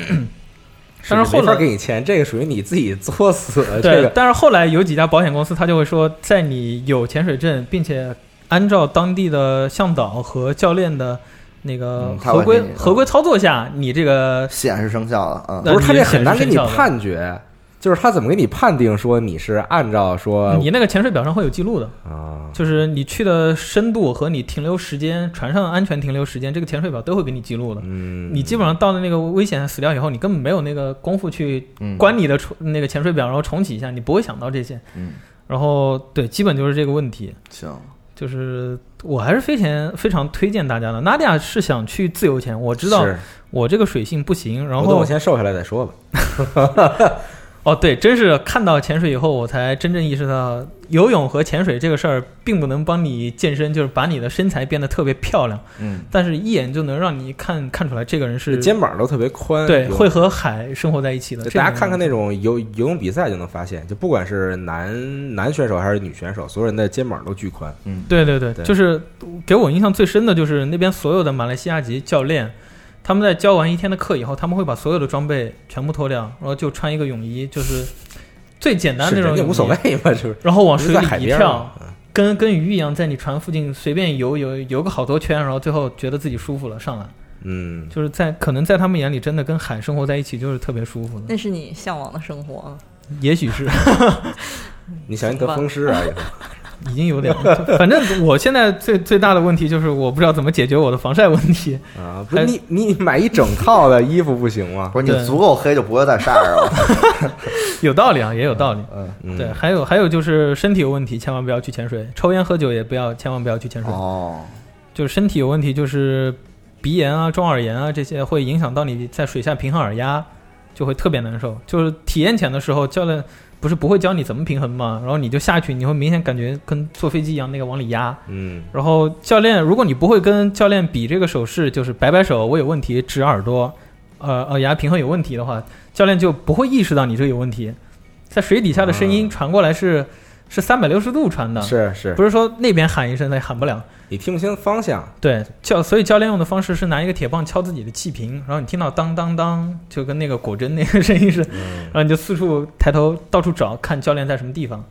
但是后没法来给你钱，这个属于你自己作死，呃这对个，但是后来有几家保险公司，他就会说，在你有潜水证，并且按照当地的向导和教练的那个嗯他会合规、给你合规操作下，你这个显示生效了啊，那不是他你这也很难给显示你生效的判决，就是他怎么给你判定说你是按照哦说你那个潜水表上会有记录的，啊，就是你去的深度和你停留时间，船上安全停留时间，这个潜水表都会给你记录的。嗯，你基本上到了那个危险死掉以后，你根本没有那个功夫去嗯，关你的重那个潜水表，然后重启一下，你不会想到这些。嗯，然后对，基本就是这个问题。行，就是我还是非常非常推荐大家的。娜迪亚是想去自由潜，我知道是我这个水性不行，然我等后我先瘦下来再说吧。哦，对，真是看到潜水以后，我才真正意识到游泳和潜水这个事儿，并不能帮你健身，就是把你的身材变得特别漂亮，嗯，但是一眼就能让你看看出来这个人是肩膀都特别宽，对，有会和海生活在一起的。大家看看那那种游游泳比赛就能发现，就不管是男男选手还是女选手，所有人的肩膀都巨宽。对对对，对就是给我印象最深的就是那边所有的马来西亚籍教练，他们在教完一天的课以后，他们会把所有的装备全部脱掉，然后就穿一个泳衣，就是最简单的是那人种家泳衣无所谓嘛，就是然后往不是水在里海一边啊跳嘛。，跟跟鱼一样，在你船附近随便游游游个好多圈，然后最后觉得自己舒服了上来，嗯，就是在可能在他们眼里，真的跟海生活在一起就是特别舒服的，那是你向往的生活啊。也许是你小心得风湿啊，以后已经有点，反正我现在最最大的问题就是我不知道怎么解决我的防晒问题。 啊，不是你你买一整套的衣服不行吗？不是对你足够黑就不会再晒 着了，有道理啊，也有道理。嗯，嗯对，，还有还有就是身体有问题，千万不要去潜水，抽烟喝酒也不要，千万不要去潜水。哦，就是身体有问题，就是鼻炎啊、中耳炎啊这些会影响到你在水下平衡耳压，就会特别难受。就是体验潜的时候，教练不是不会教你怎么平衡吗？然后你就下去，你会明显感觉跟坐飞机一样，那个往里压。嗯然后教练，如果你不会跟教练比这个手势，就是摆摆手，我有问题，指耳朵，呃，耳牙平衡有问题的话，教练就不会意识到你这有问题。在水底下的声音啊传过来是、是三百六十度传的，是是，啊不是说那边喊一声他也喊不了。你听不清方向，对，教所以教练用的方式是拿一个铁棒敲自己的气瓶，然后你听到当当当，就跟那个果真那个 声音是，嗯然后你就四处抬头到处找，看教练在什么地方，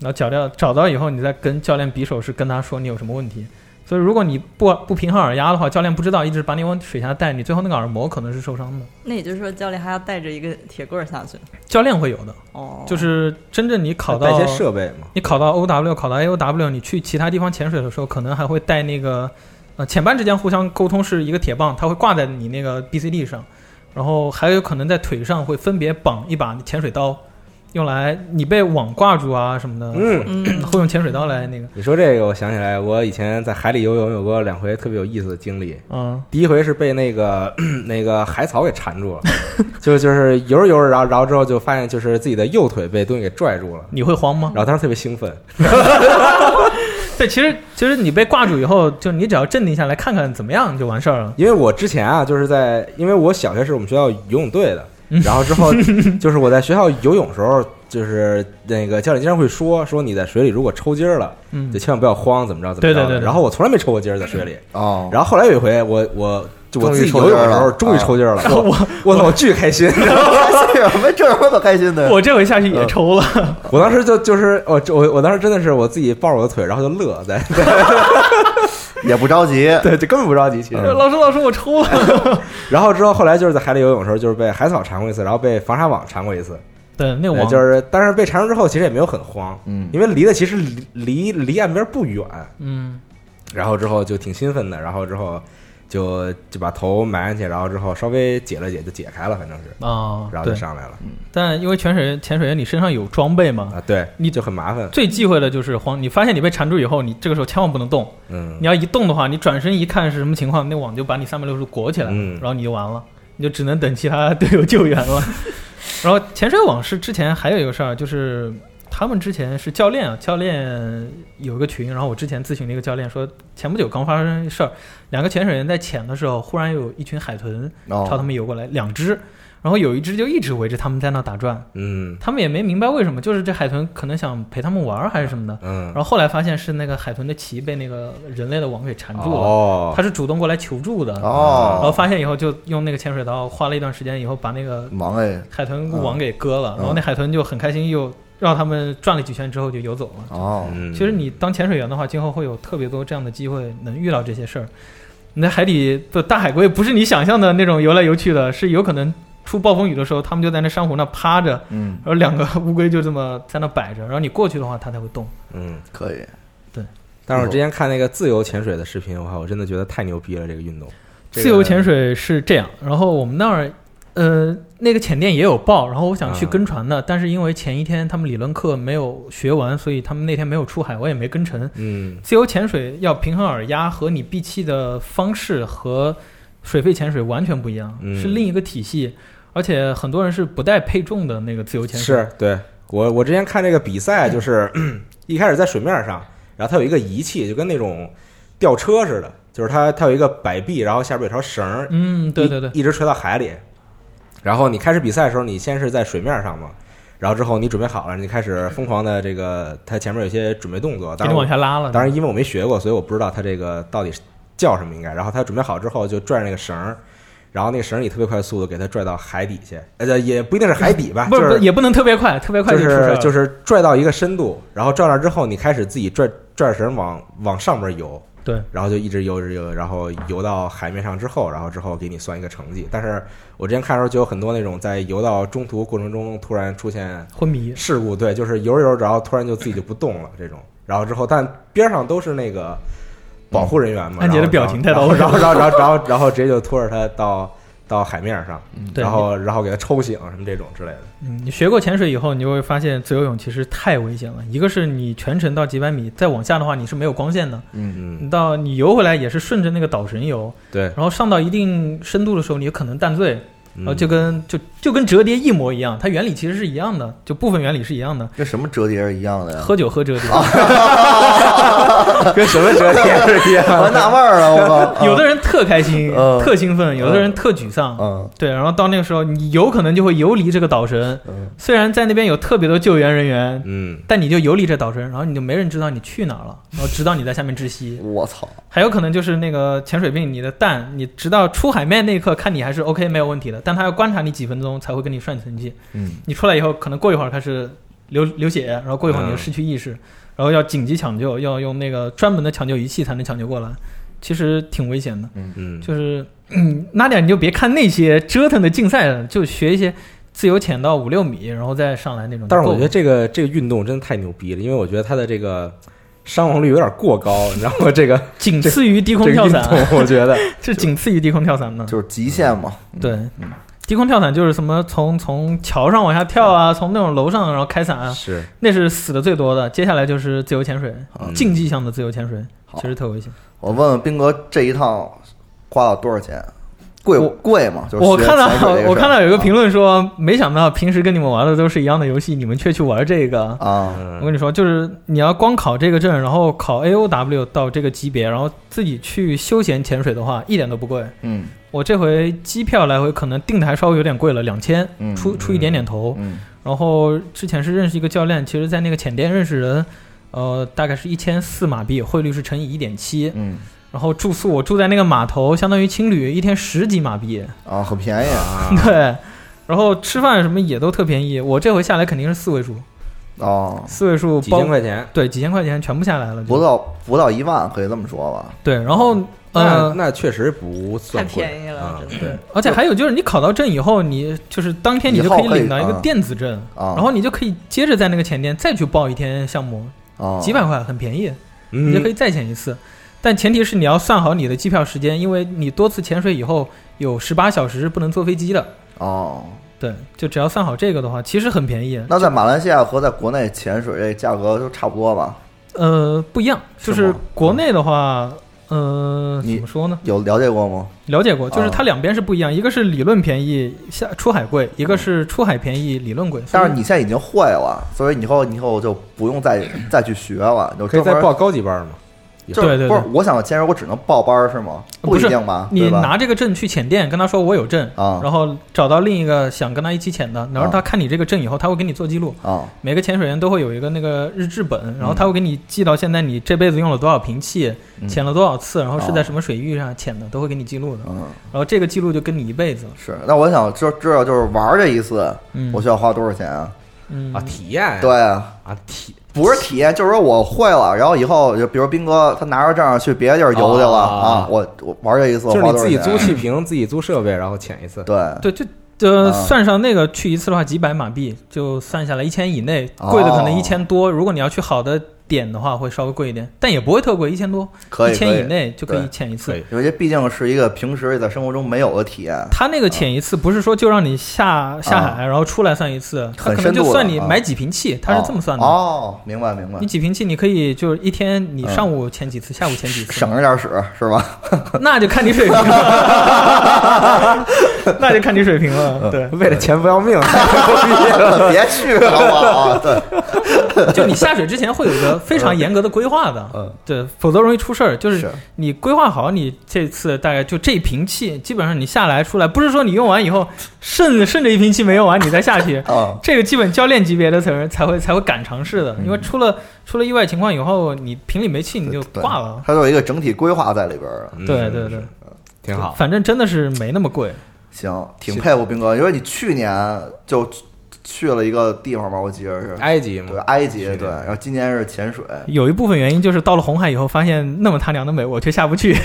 然后找到找到以后，你再跟教练比手势，跟他说你有什么问题。所以如果你不不平衡耳压的话，教练不知道，一直把你往水下带，你最后那个耳膜可能是受伤的。那也就是说，教练还要带着一个铁棍儿下去。教练会有的，哦，就是真正你考带到一些设备嘛，你考到 OW，考到 AOW，你去其他地方潜水的时候，可能还会带那个，呃，潜伴之间互相沟通是一个铁棒，它会挂在你那个 BCD 上，然后还有可能在腿上会分别绑一把潜水刀，用来你被网挂住啊什么的，嗯。嗯，会用潜水刀来那个，你说这个，我想起来，我以前在海里游泳有过两回特别有意思的经历。嗯第一回是被那个 那个海草给缠住了， 就就是游着游着，然后然后之后就发现就是自己的右腿被东西给拽住了，你会慌吗然？后当时特别兴奋，对，其实其实你被挂住以后，就你只要镇定下来看看怎么样就完事儿了。因为我之前啊就是在，因为我小学是我们学校游泳队的，嗯然后之 后就是我在学校游泳时候，就是那个教练经常会说说你在水里如果抽筋儿了，嗯就，千万不要慌，怎么着怎么着对的。对对对然后我从来没抽过筋儿在水里，哦，然后后来有一回我我。就我终于自己抽游泳的筋儿时候，了终于抽筋儿了，啊我我操，我巨开心！ 开心什么？哎这有什么可开心嗯的？我这回下去也抽了，我当时就就是我我我当时真的是我自己抱着我的腿，然后就乐，在。也不着急 对，就根本不着急，其实。老师老师我抽了。 然后之后后来就是在海里游泳的时候，就是被海草缠过一次，然后被防沙网缠过一次，对，那个对，网就是但是被缠住之后，其实也没有很慌，嗯因为离的其实离离离岸边不远，嗯，然后之后就挺兴奋的，然后之后就就把头埋进去，然后之后稍微解了解就解开了，反正是，啊，然后对就，上来了但因为潜水潜水员你身上有装备嘛，啊，对，你就很麻烦，最忌讳的就是慌，你发现你被缠住以后，你这个时候千万不能动。嗯你要一动的话，你转身一看是什么情况，那网就把你三百六十度裹起来，嗯然后你就完了，你就只能等其他队友救援了。然后潜水网是之前还有一个事儿，就是他们之前是教练啊，教练有一个群，然后我之前咨询了一个教练说，前不久刚发生一事儿，两个潜水员在潜的时候，忽然有一群海豚朝他哦，们游过来，两只，然后有一只就一直围着他们在那打转，嗯他们也没明白为什么，就是这海豚可能想陪他们玩儿还是什么的。嗯然，后后来发现是那个海豚的鳍被那个人类的网给缠住了，哦它，是主动过来求助的。然后哦，发现以后就用那个潜水刀花了一段时间以后把那个忙哎，海豚网给割了，嗯然后那海豚就很开心，又绕他们转了几圈之后就游走了。哦，嗯其实你当潜水员的话，今后会有特别多这样的机会能遇到这些事儿。你在海底的大海龟不是你想象的那种游来游去的，是有可能出暴风雨的时候，它们就在那珊瑚那趴着，嗯，然后两个乌龟就这么在那摆着，然后你过去的话，它才会动。嗯。可以，但是我之前看那个自由潜水的视频，我靠，我真的觉得太牛逼了，这个运动。这个自由潜水是这样，然后我们那儿，呃，那个潜店也有报，然后我想去跟船的，但是因为前一天他们理论课没有学完，所以他们那天没有出海，我也没跟成。嗯自由潜水要平衡耳压和你闭气的方式和水肺潜水完全不一样，嗯是另一个体系，而且很多人是不带配重的那个自由潜水。是对我我之前看这个比赛，就是 一开始在水面上，然后它有一个仪器，就跟那种吊车似的，就是它它有一个摆臂，然后下边有条绳儿，嗯，对对对，一，一直垂到海里。然后你开始比赛的时候，你先是在水面上嘛，然后之后你准备好了，你开始疯狂的这个，它前面有些准备动作，给当你然我往下拉了。当然，因为我没学过，所以我不知道它这个到底是叫什么应该。然后他准备好之后，就拽着那个绳儿，然后那个绳儿以特别快的速度给它拽到海底去，呃，也不一定是海底吧，不就是不是是也不能特别快，特别快就出事儿是了就是拽到一个深度，然后拽那儿之后，你开始自己拽拽着绳往往上边游，对，然后就一直游着游，然后游到海面上之后，然后之后给你算一个成绩。但是我之前看的时候，就有很多那种在游到中途过程中突然出现昏迷。事故，对，就是游着游着，然后突然就自己就不动了这种，然后之后但边上都是那个保护人员嘛，安杰的然后表情太然到后位然后然后然后然后然后然后直接就拖着他到到海面上，嗯对然后然后给它抽醒什么这种之类的。嗯，你学过潜水以后，你就会发现自由泳其实太危险了。一个是你全程到几百米，再往下的话你是没有光线的，嗯，嗯，你到你游回来也是顺着那个导绳游，对，然后上到一定深度的时候，你有可能淡醉，然然后哦就跟就就跟折叠一模一样，它原理其实是一样的，就部分原理是一样的。跟什么折叠是一样的呀？喝酒喝折 叠， 跟什么折叠是一 样的。 我纳闷儿了，我靠！有的人特开心、嗯特兴奋，有的人特沮丧。嗯对，然后到那个时候，你有可能就会游离这个岛绳。嗯虽然在那边有特别多救援人员，嗯，但你就游离这岛绳，然后你就没人知道你去哪儿 了，然后直到你在下面窒息。嗯我操！还有可能就是那个潜水病，你的蛋，你直到出海面那一刻看你还是 OK 没有问题的，但他要观察你几分钟才会跟你算成绩。嗯，你出来以后，可能过一会儿开始流流血，然后过一嗯会儿你就失去意识，然后要紧急抢救，要用那个专门的抢救仪器才能抢救过来，其实挺危险的。嗯，就是 嗯，那点你就别看那些折腾的竞赛了，就学一些自由潜到五六米，然后再上来那种就够了。但是我觉得这个这个运动真的太牛逼了，因为我觉得它的这个伤亡率有点过高，你知道吗？这 个仅次于低这空个运跳伞，动，我觉 得是仅次于低空跳伞的。就是嗯极限嘛。对，低空跳伞就是什么从从桥上往下跳啊，从那种楼上然后开伞啊，是那是死的最多的。接下来就是自由潜水，嗯竞技项的自由潜水，好其实特危险。我问问斌哥，这一趟花了多少钱？贵我贵吗？就是我学看到潜水这个事儿啊我看到有一个评论说，没想到平时跟你们玩的都是一样的游戏，你们却去玩这个。啊，嗯我跟你说，就是你要光考这个证，然后考 AOW 到这个级别，然后自己去休闲潜水的话，一点都不贵。嗯我这回机票来回可能订的还稍微有点贵了，两千嗯出出一点点头。嗯然后之前是认识一个教练，其实在那个浅店认识人，呃，大概是一千四马币，汇率是乘以一点七。嗯然后住宿我住在那个码头，相当于青旅，一天十几马币，啊，很便宜啊， 对。然后吃饭什么也都特便宜，我这回下来肯定是四位数，哦，四位数几包千块钱，对几千块钱全部下来了，不到不到一万，可以这么说吧。对。然后那呃，那确实不算贵太便宜了啊真的对，而且还有就是你考到证以后，你就是当天你就可以领到一个电子证，啊，然后你就可以接着在那个浅店再去报一天项目，啊几百块很便宜。你就可嗯以再潜一次。但前提是你要算好你的机票时间，因为你多次潜水以后有十八小时是不能坐飞机的。哦。对，就只要算好这个的话，其实很便宜。那在马来西亚和在国内潜水这价格都差不多吧？呃，不一样，就是是吗国内的话，呃，嗯你怎么说呢？有了解过吗？了解过，就是啊它两边是不一样，一个是理论便宜下出海贵，一个是出海便宜理论贵。嗯但是你现在已经会了，所以以后以后就不用再再去学了，就可以专再门报高级班嘛？就是对对不对是，我想潜水，我只能报班儿是吗？不一是定吧？你对吧拿这个证去潜店，跟他说我有证，啊然后找到另一个想跟他一起潜的，然后他看你这个证以后，他会给你做记录。啊每个潜水员都会有一个那个日志本，然后他会给你记到现在你这辈子用了多少瓶器，嗯潜了多少次，然后是哦在什么水域上潜的，都会给你记录的。嗯然后这个记录就跟你一辈子了。是。那我想知知道就是玩儿这一次，嗯，我需要花多少钱啊？嗯啊，体验对啊，啊，体不是体验，就是说我会了，然后以后就比如斌哥他拿着证去别的地儿游去了啊啊，我我玩儿这一次就我是你花多少自己租钱？气瓶，自己租设备，然后潜一次。啊对对，就呃、啊算上那个去一次的话，几百马币就算下来一千以内，哦贵的可能一千多。如果你要去好的点的话，会稍微贵一点，但也不会特贵，一千多，可一以可千以以，内就可以对潜一可次以。因为这毕竟是一个平时在生活中没有的体验。他那个潜一次不是说就让你下下海，然后出来算一次，他啊很可深能就度了算你啊买几瓶气，他是这么算的。哦，明白明白你，几瓶气，你可以就是一天，你上午潜几次，下午潜几次省，着点儿使是吧？那就看你水平了， 那就看你水平嗯了。对， 为了钱不要 命，别去好不好？啊对，就你下水之前会有一个非常严格的规划的嗯，对，否则容易出事儿。就是是你规划好，你这次大概就这一瓶气，基本上你下来出来，不是说你用完以后剩剩着一瓶气没用完你再下 去，嗯这个基本教练级别的才会才会才会敢尝试的，因为出了出了意外情况以后，你瓶里没气你就对挂了。它都有一个整体规划在里边儿的。啊对对对，嗯挺好。反正真的是没那么贵。行，挺佩服斌哥，因为你去年就去了一个地方吧，我记得是埃及嘛，对啊埃及，去对，年然后今年是潜水有一部分原因就是到了红海以后，发现那么他娘的美，我却下不去，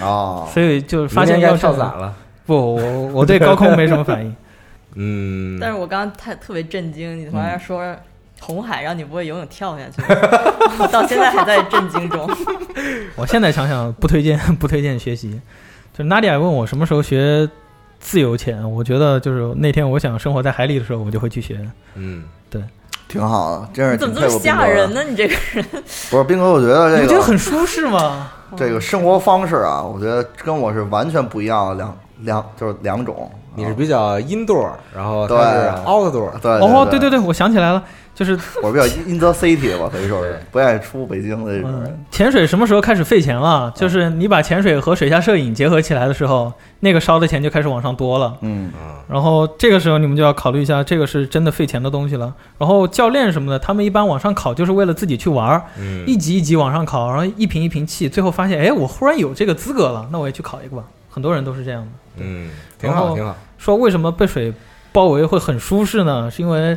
哦，所以就发明现年该要跳伞。了。不，我我对高空没什么反应。 嗯，但是我刚刚太特别震惊，你突然说。红海让你不会游泳跳下去， 我到现在还在震 惊中。我现在想想，不推荐，不推荐学习。就是 Nadia 问我什么时候学自由潜，我觉得就是那天我想生活在海里的时候，我就会去学。嗯，挺好的，真是你怎么挺这佩么服斌吓哥人的。呢？你这个不是斌哥，我觉得你不这觉得个很舒适吗？这个生活方式啊，我觉得跟我是完全不一样的两两就是两种。你是啊比较 indoor，然后他对是 outdoor，对哦，对对对，我想起来了，就是我比较 in the city 吧，可以说是对不愿意出北京的这种人嗯，潜水什么时候开始费钱了？就是你把潜水和水下摄影结合起来的时候，那个烧的钱就开始往上多了。嗯嗯然后这个时候你们就要考虑一下，这个是真的费钱的东西了。然后教练什么的，他们一般往上考就是为了自己去玩儿，嗯一级一级往上考，然后一瓶一瓶气，最后发现，哎，我忽然有这个资格了，那我也去考一个吧。很多人都是这样的。嗯，挺然好后挺好，说为什么被水包围会很舒适呢？是因为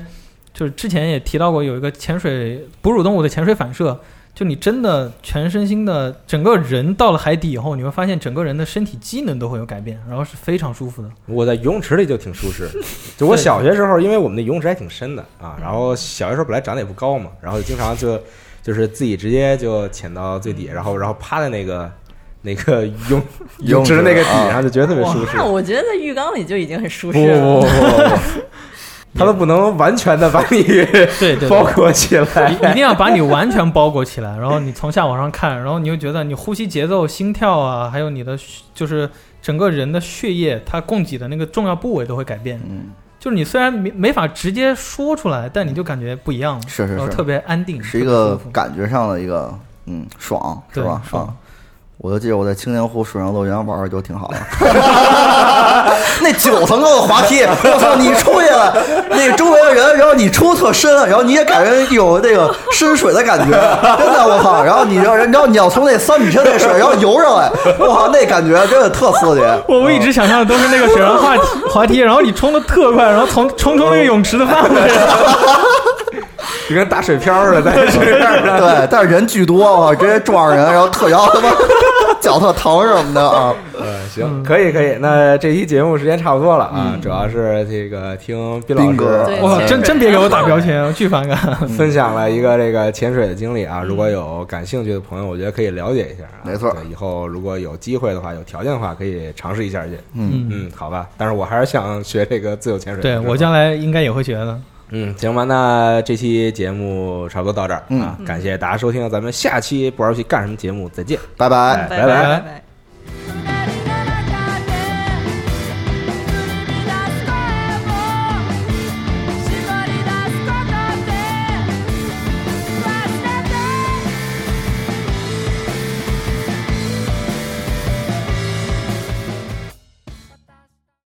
就是之前也提到过有一个潜水哺乳动物的潜水反射，就你真的全身心的整个人到了海底以后，你会发现整个人的身体机能都会有改变，然后是非常舒服的。我在游泳池里就挺舒适，就我小学时候，因为我们那游泳池还挺深的啊，然后小学时候本来长得也不高嘛，然后经常就就是自己直接就潜到最底，然后然后趴在那个 那个泳游泳池池那个底啊上，就觉得特别舒适 那。我觉得在浴缸里就已经很舒不适了。不不不，他都不能完全的把你对对包对。裹起来一。 一定要把你完全包裹起来，然后你从下往上看，然后你就觉得你呼吸节奏、心跳啊，还有你的血就是整个人的血液，它供给的那个重要部位都会改变。嗯，就是你虽然没没法直接说出来，但你就感觉不一样了，是是然后是特别安定，是一特个别舒服感觉上的一个嗯爽是对吧？爽啊。我就记得我在青年湖水上乐园玩的就挺好的，那九层高的滑梯，我操！你出去了，那周围的人，然后你出特深，然后你也感觉有那个深水的感觉，真的，我操！然后你要，然后你要从那三米深那水，然后游上来，我操，那感觉真的特刺激。我我一直想象的都是那个水上滑梯，滑梯，然后你冲的特快，然后从冲出那个泳池的范围，就跟打水漂似的，在水面上。 对，但是人巨多，我直接撞上人，然后特，然后他妈脚特疼什么的啊。呃，行，可以可以。那这期节目时间差不多了啊，主要是这个听斌老嗯斌哥师呃对哇，潜真水真别给我打标签，我巨反感。分享了一个这个潜水的经历嗯啊。如果有感兴趣的朋友，我觉得可以了解一下啊。没错对以后如果有机会的话，有条件的话，可以尝试一下去。嗯嗯，好吧。但是我还是想学这个自由潜水。对我将将来应该也会学的。嗯，行吧。那这期节目差不多到这儿啊，嗯感谢大家收听，咱们下期不玩游戏干什么节目再见。拜拜。拜拜拜。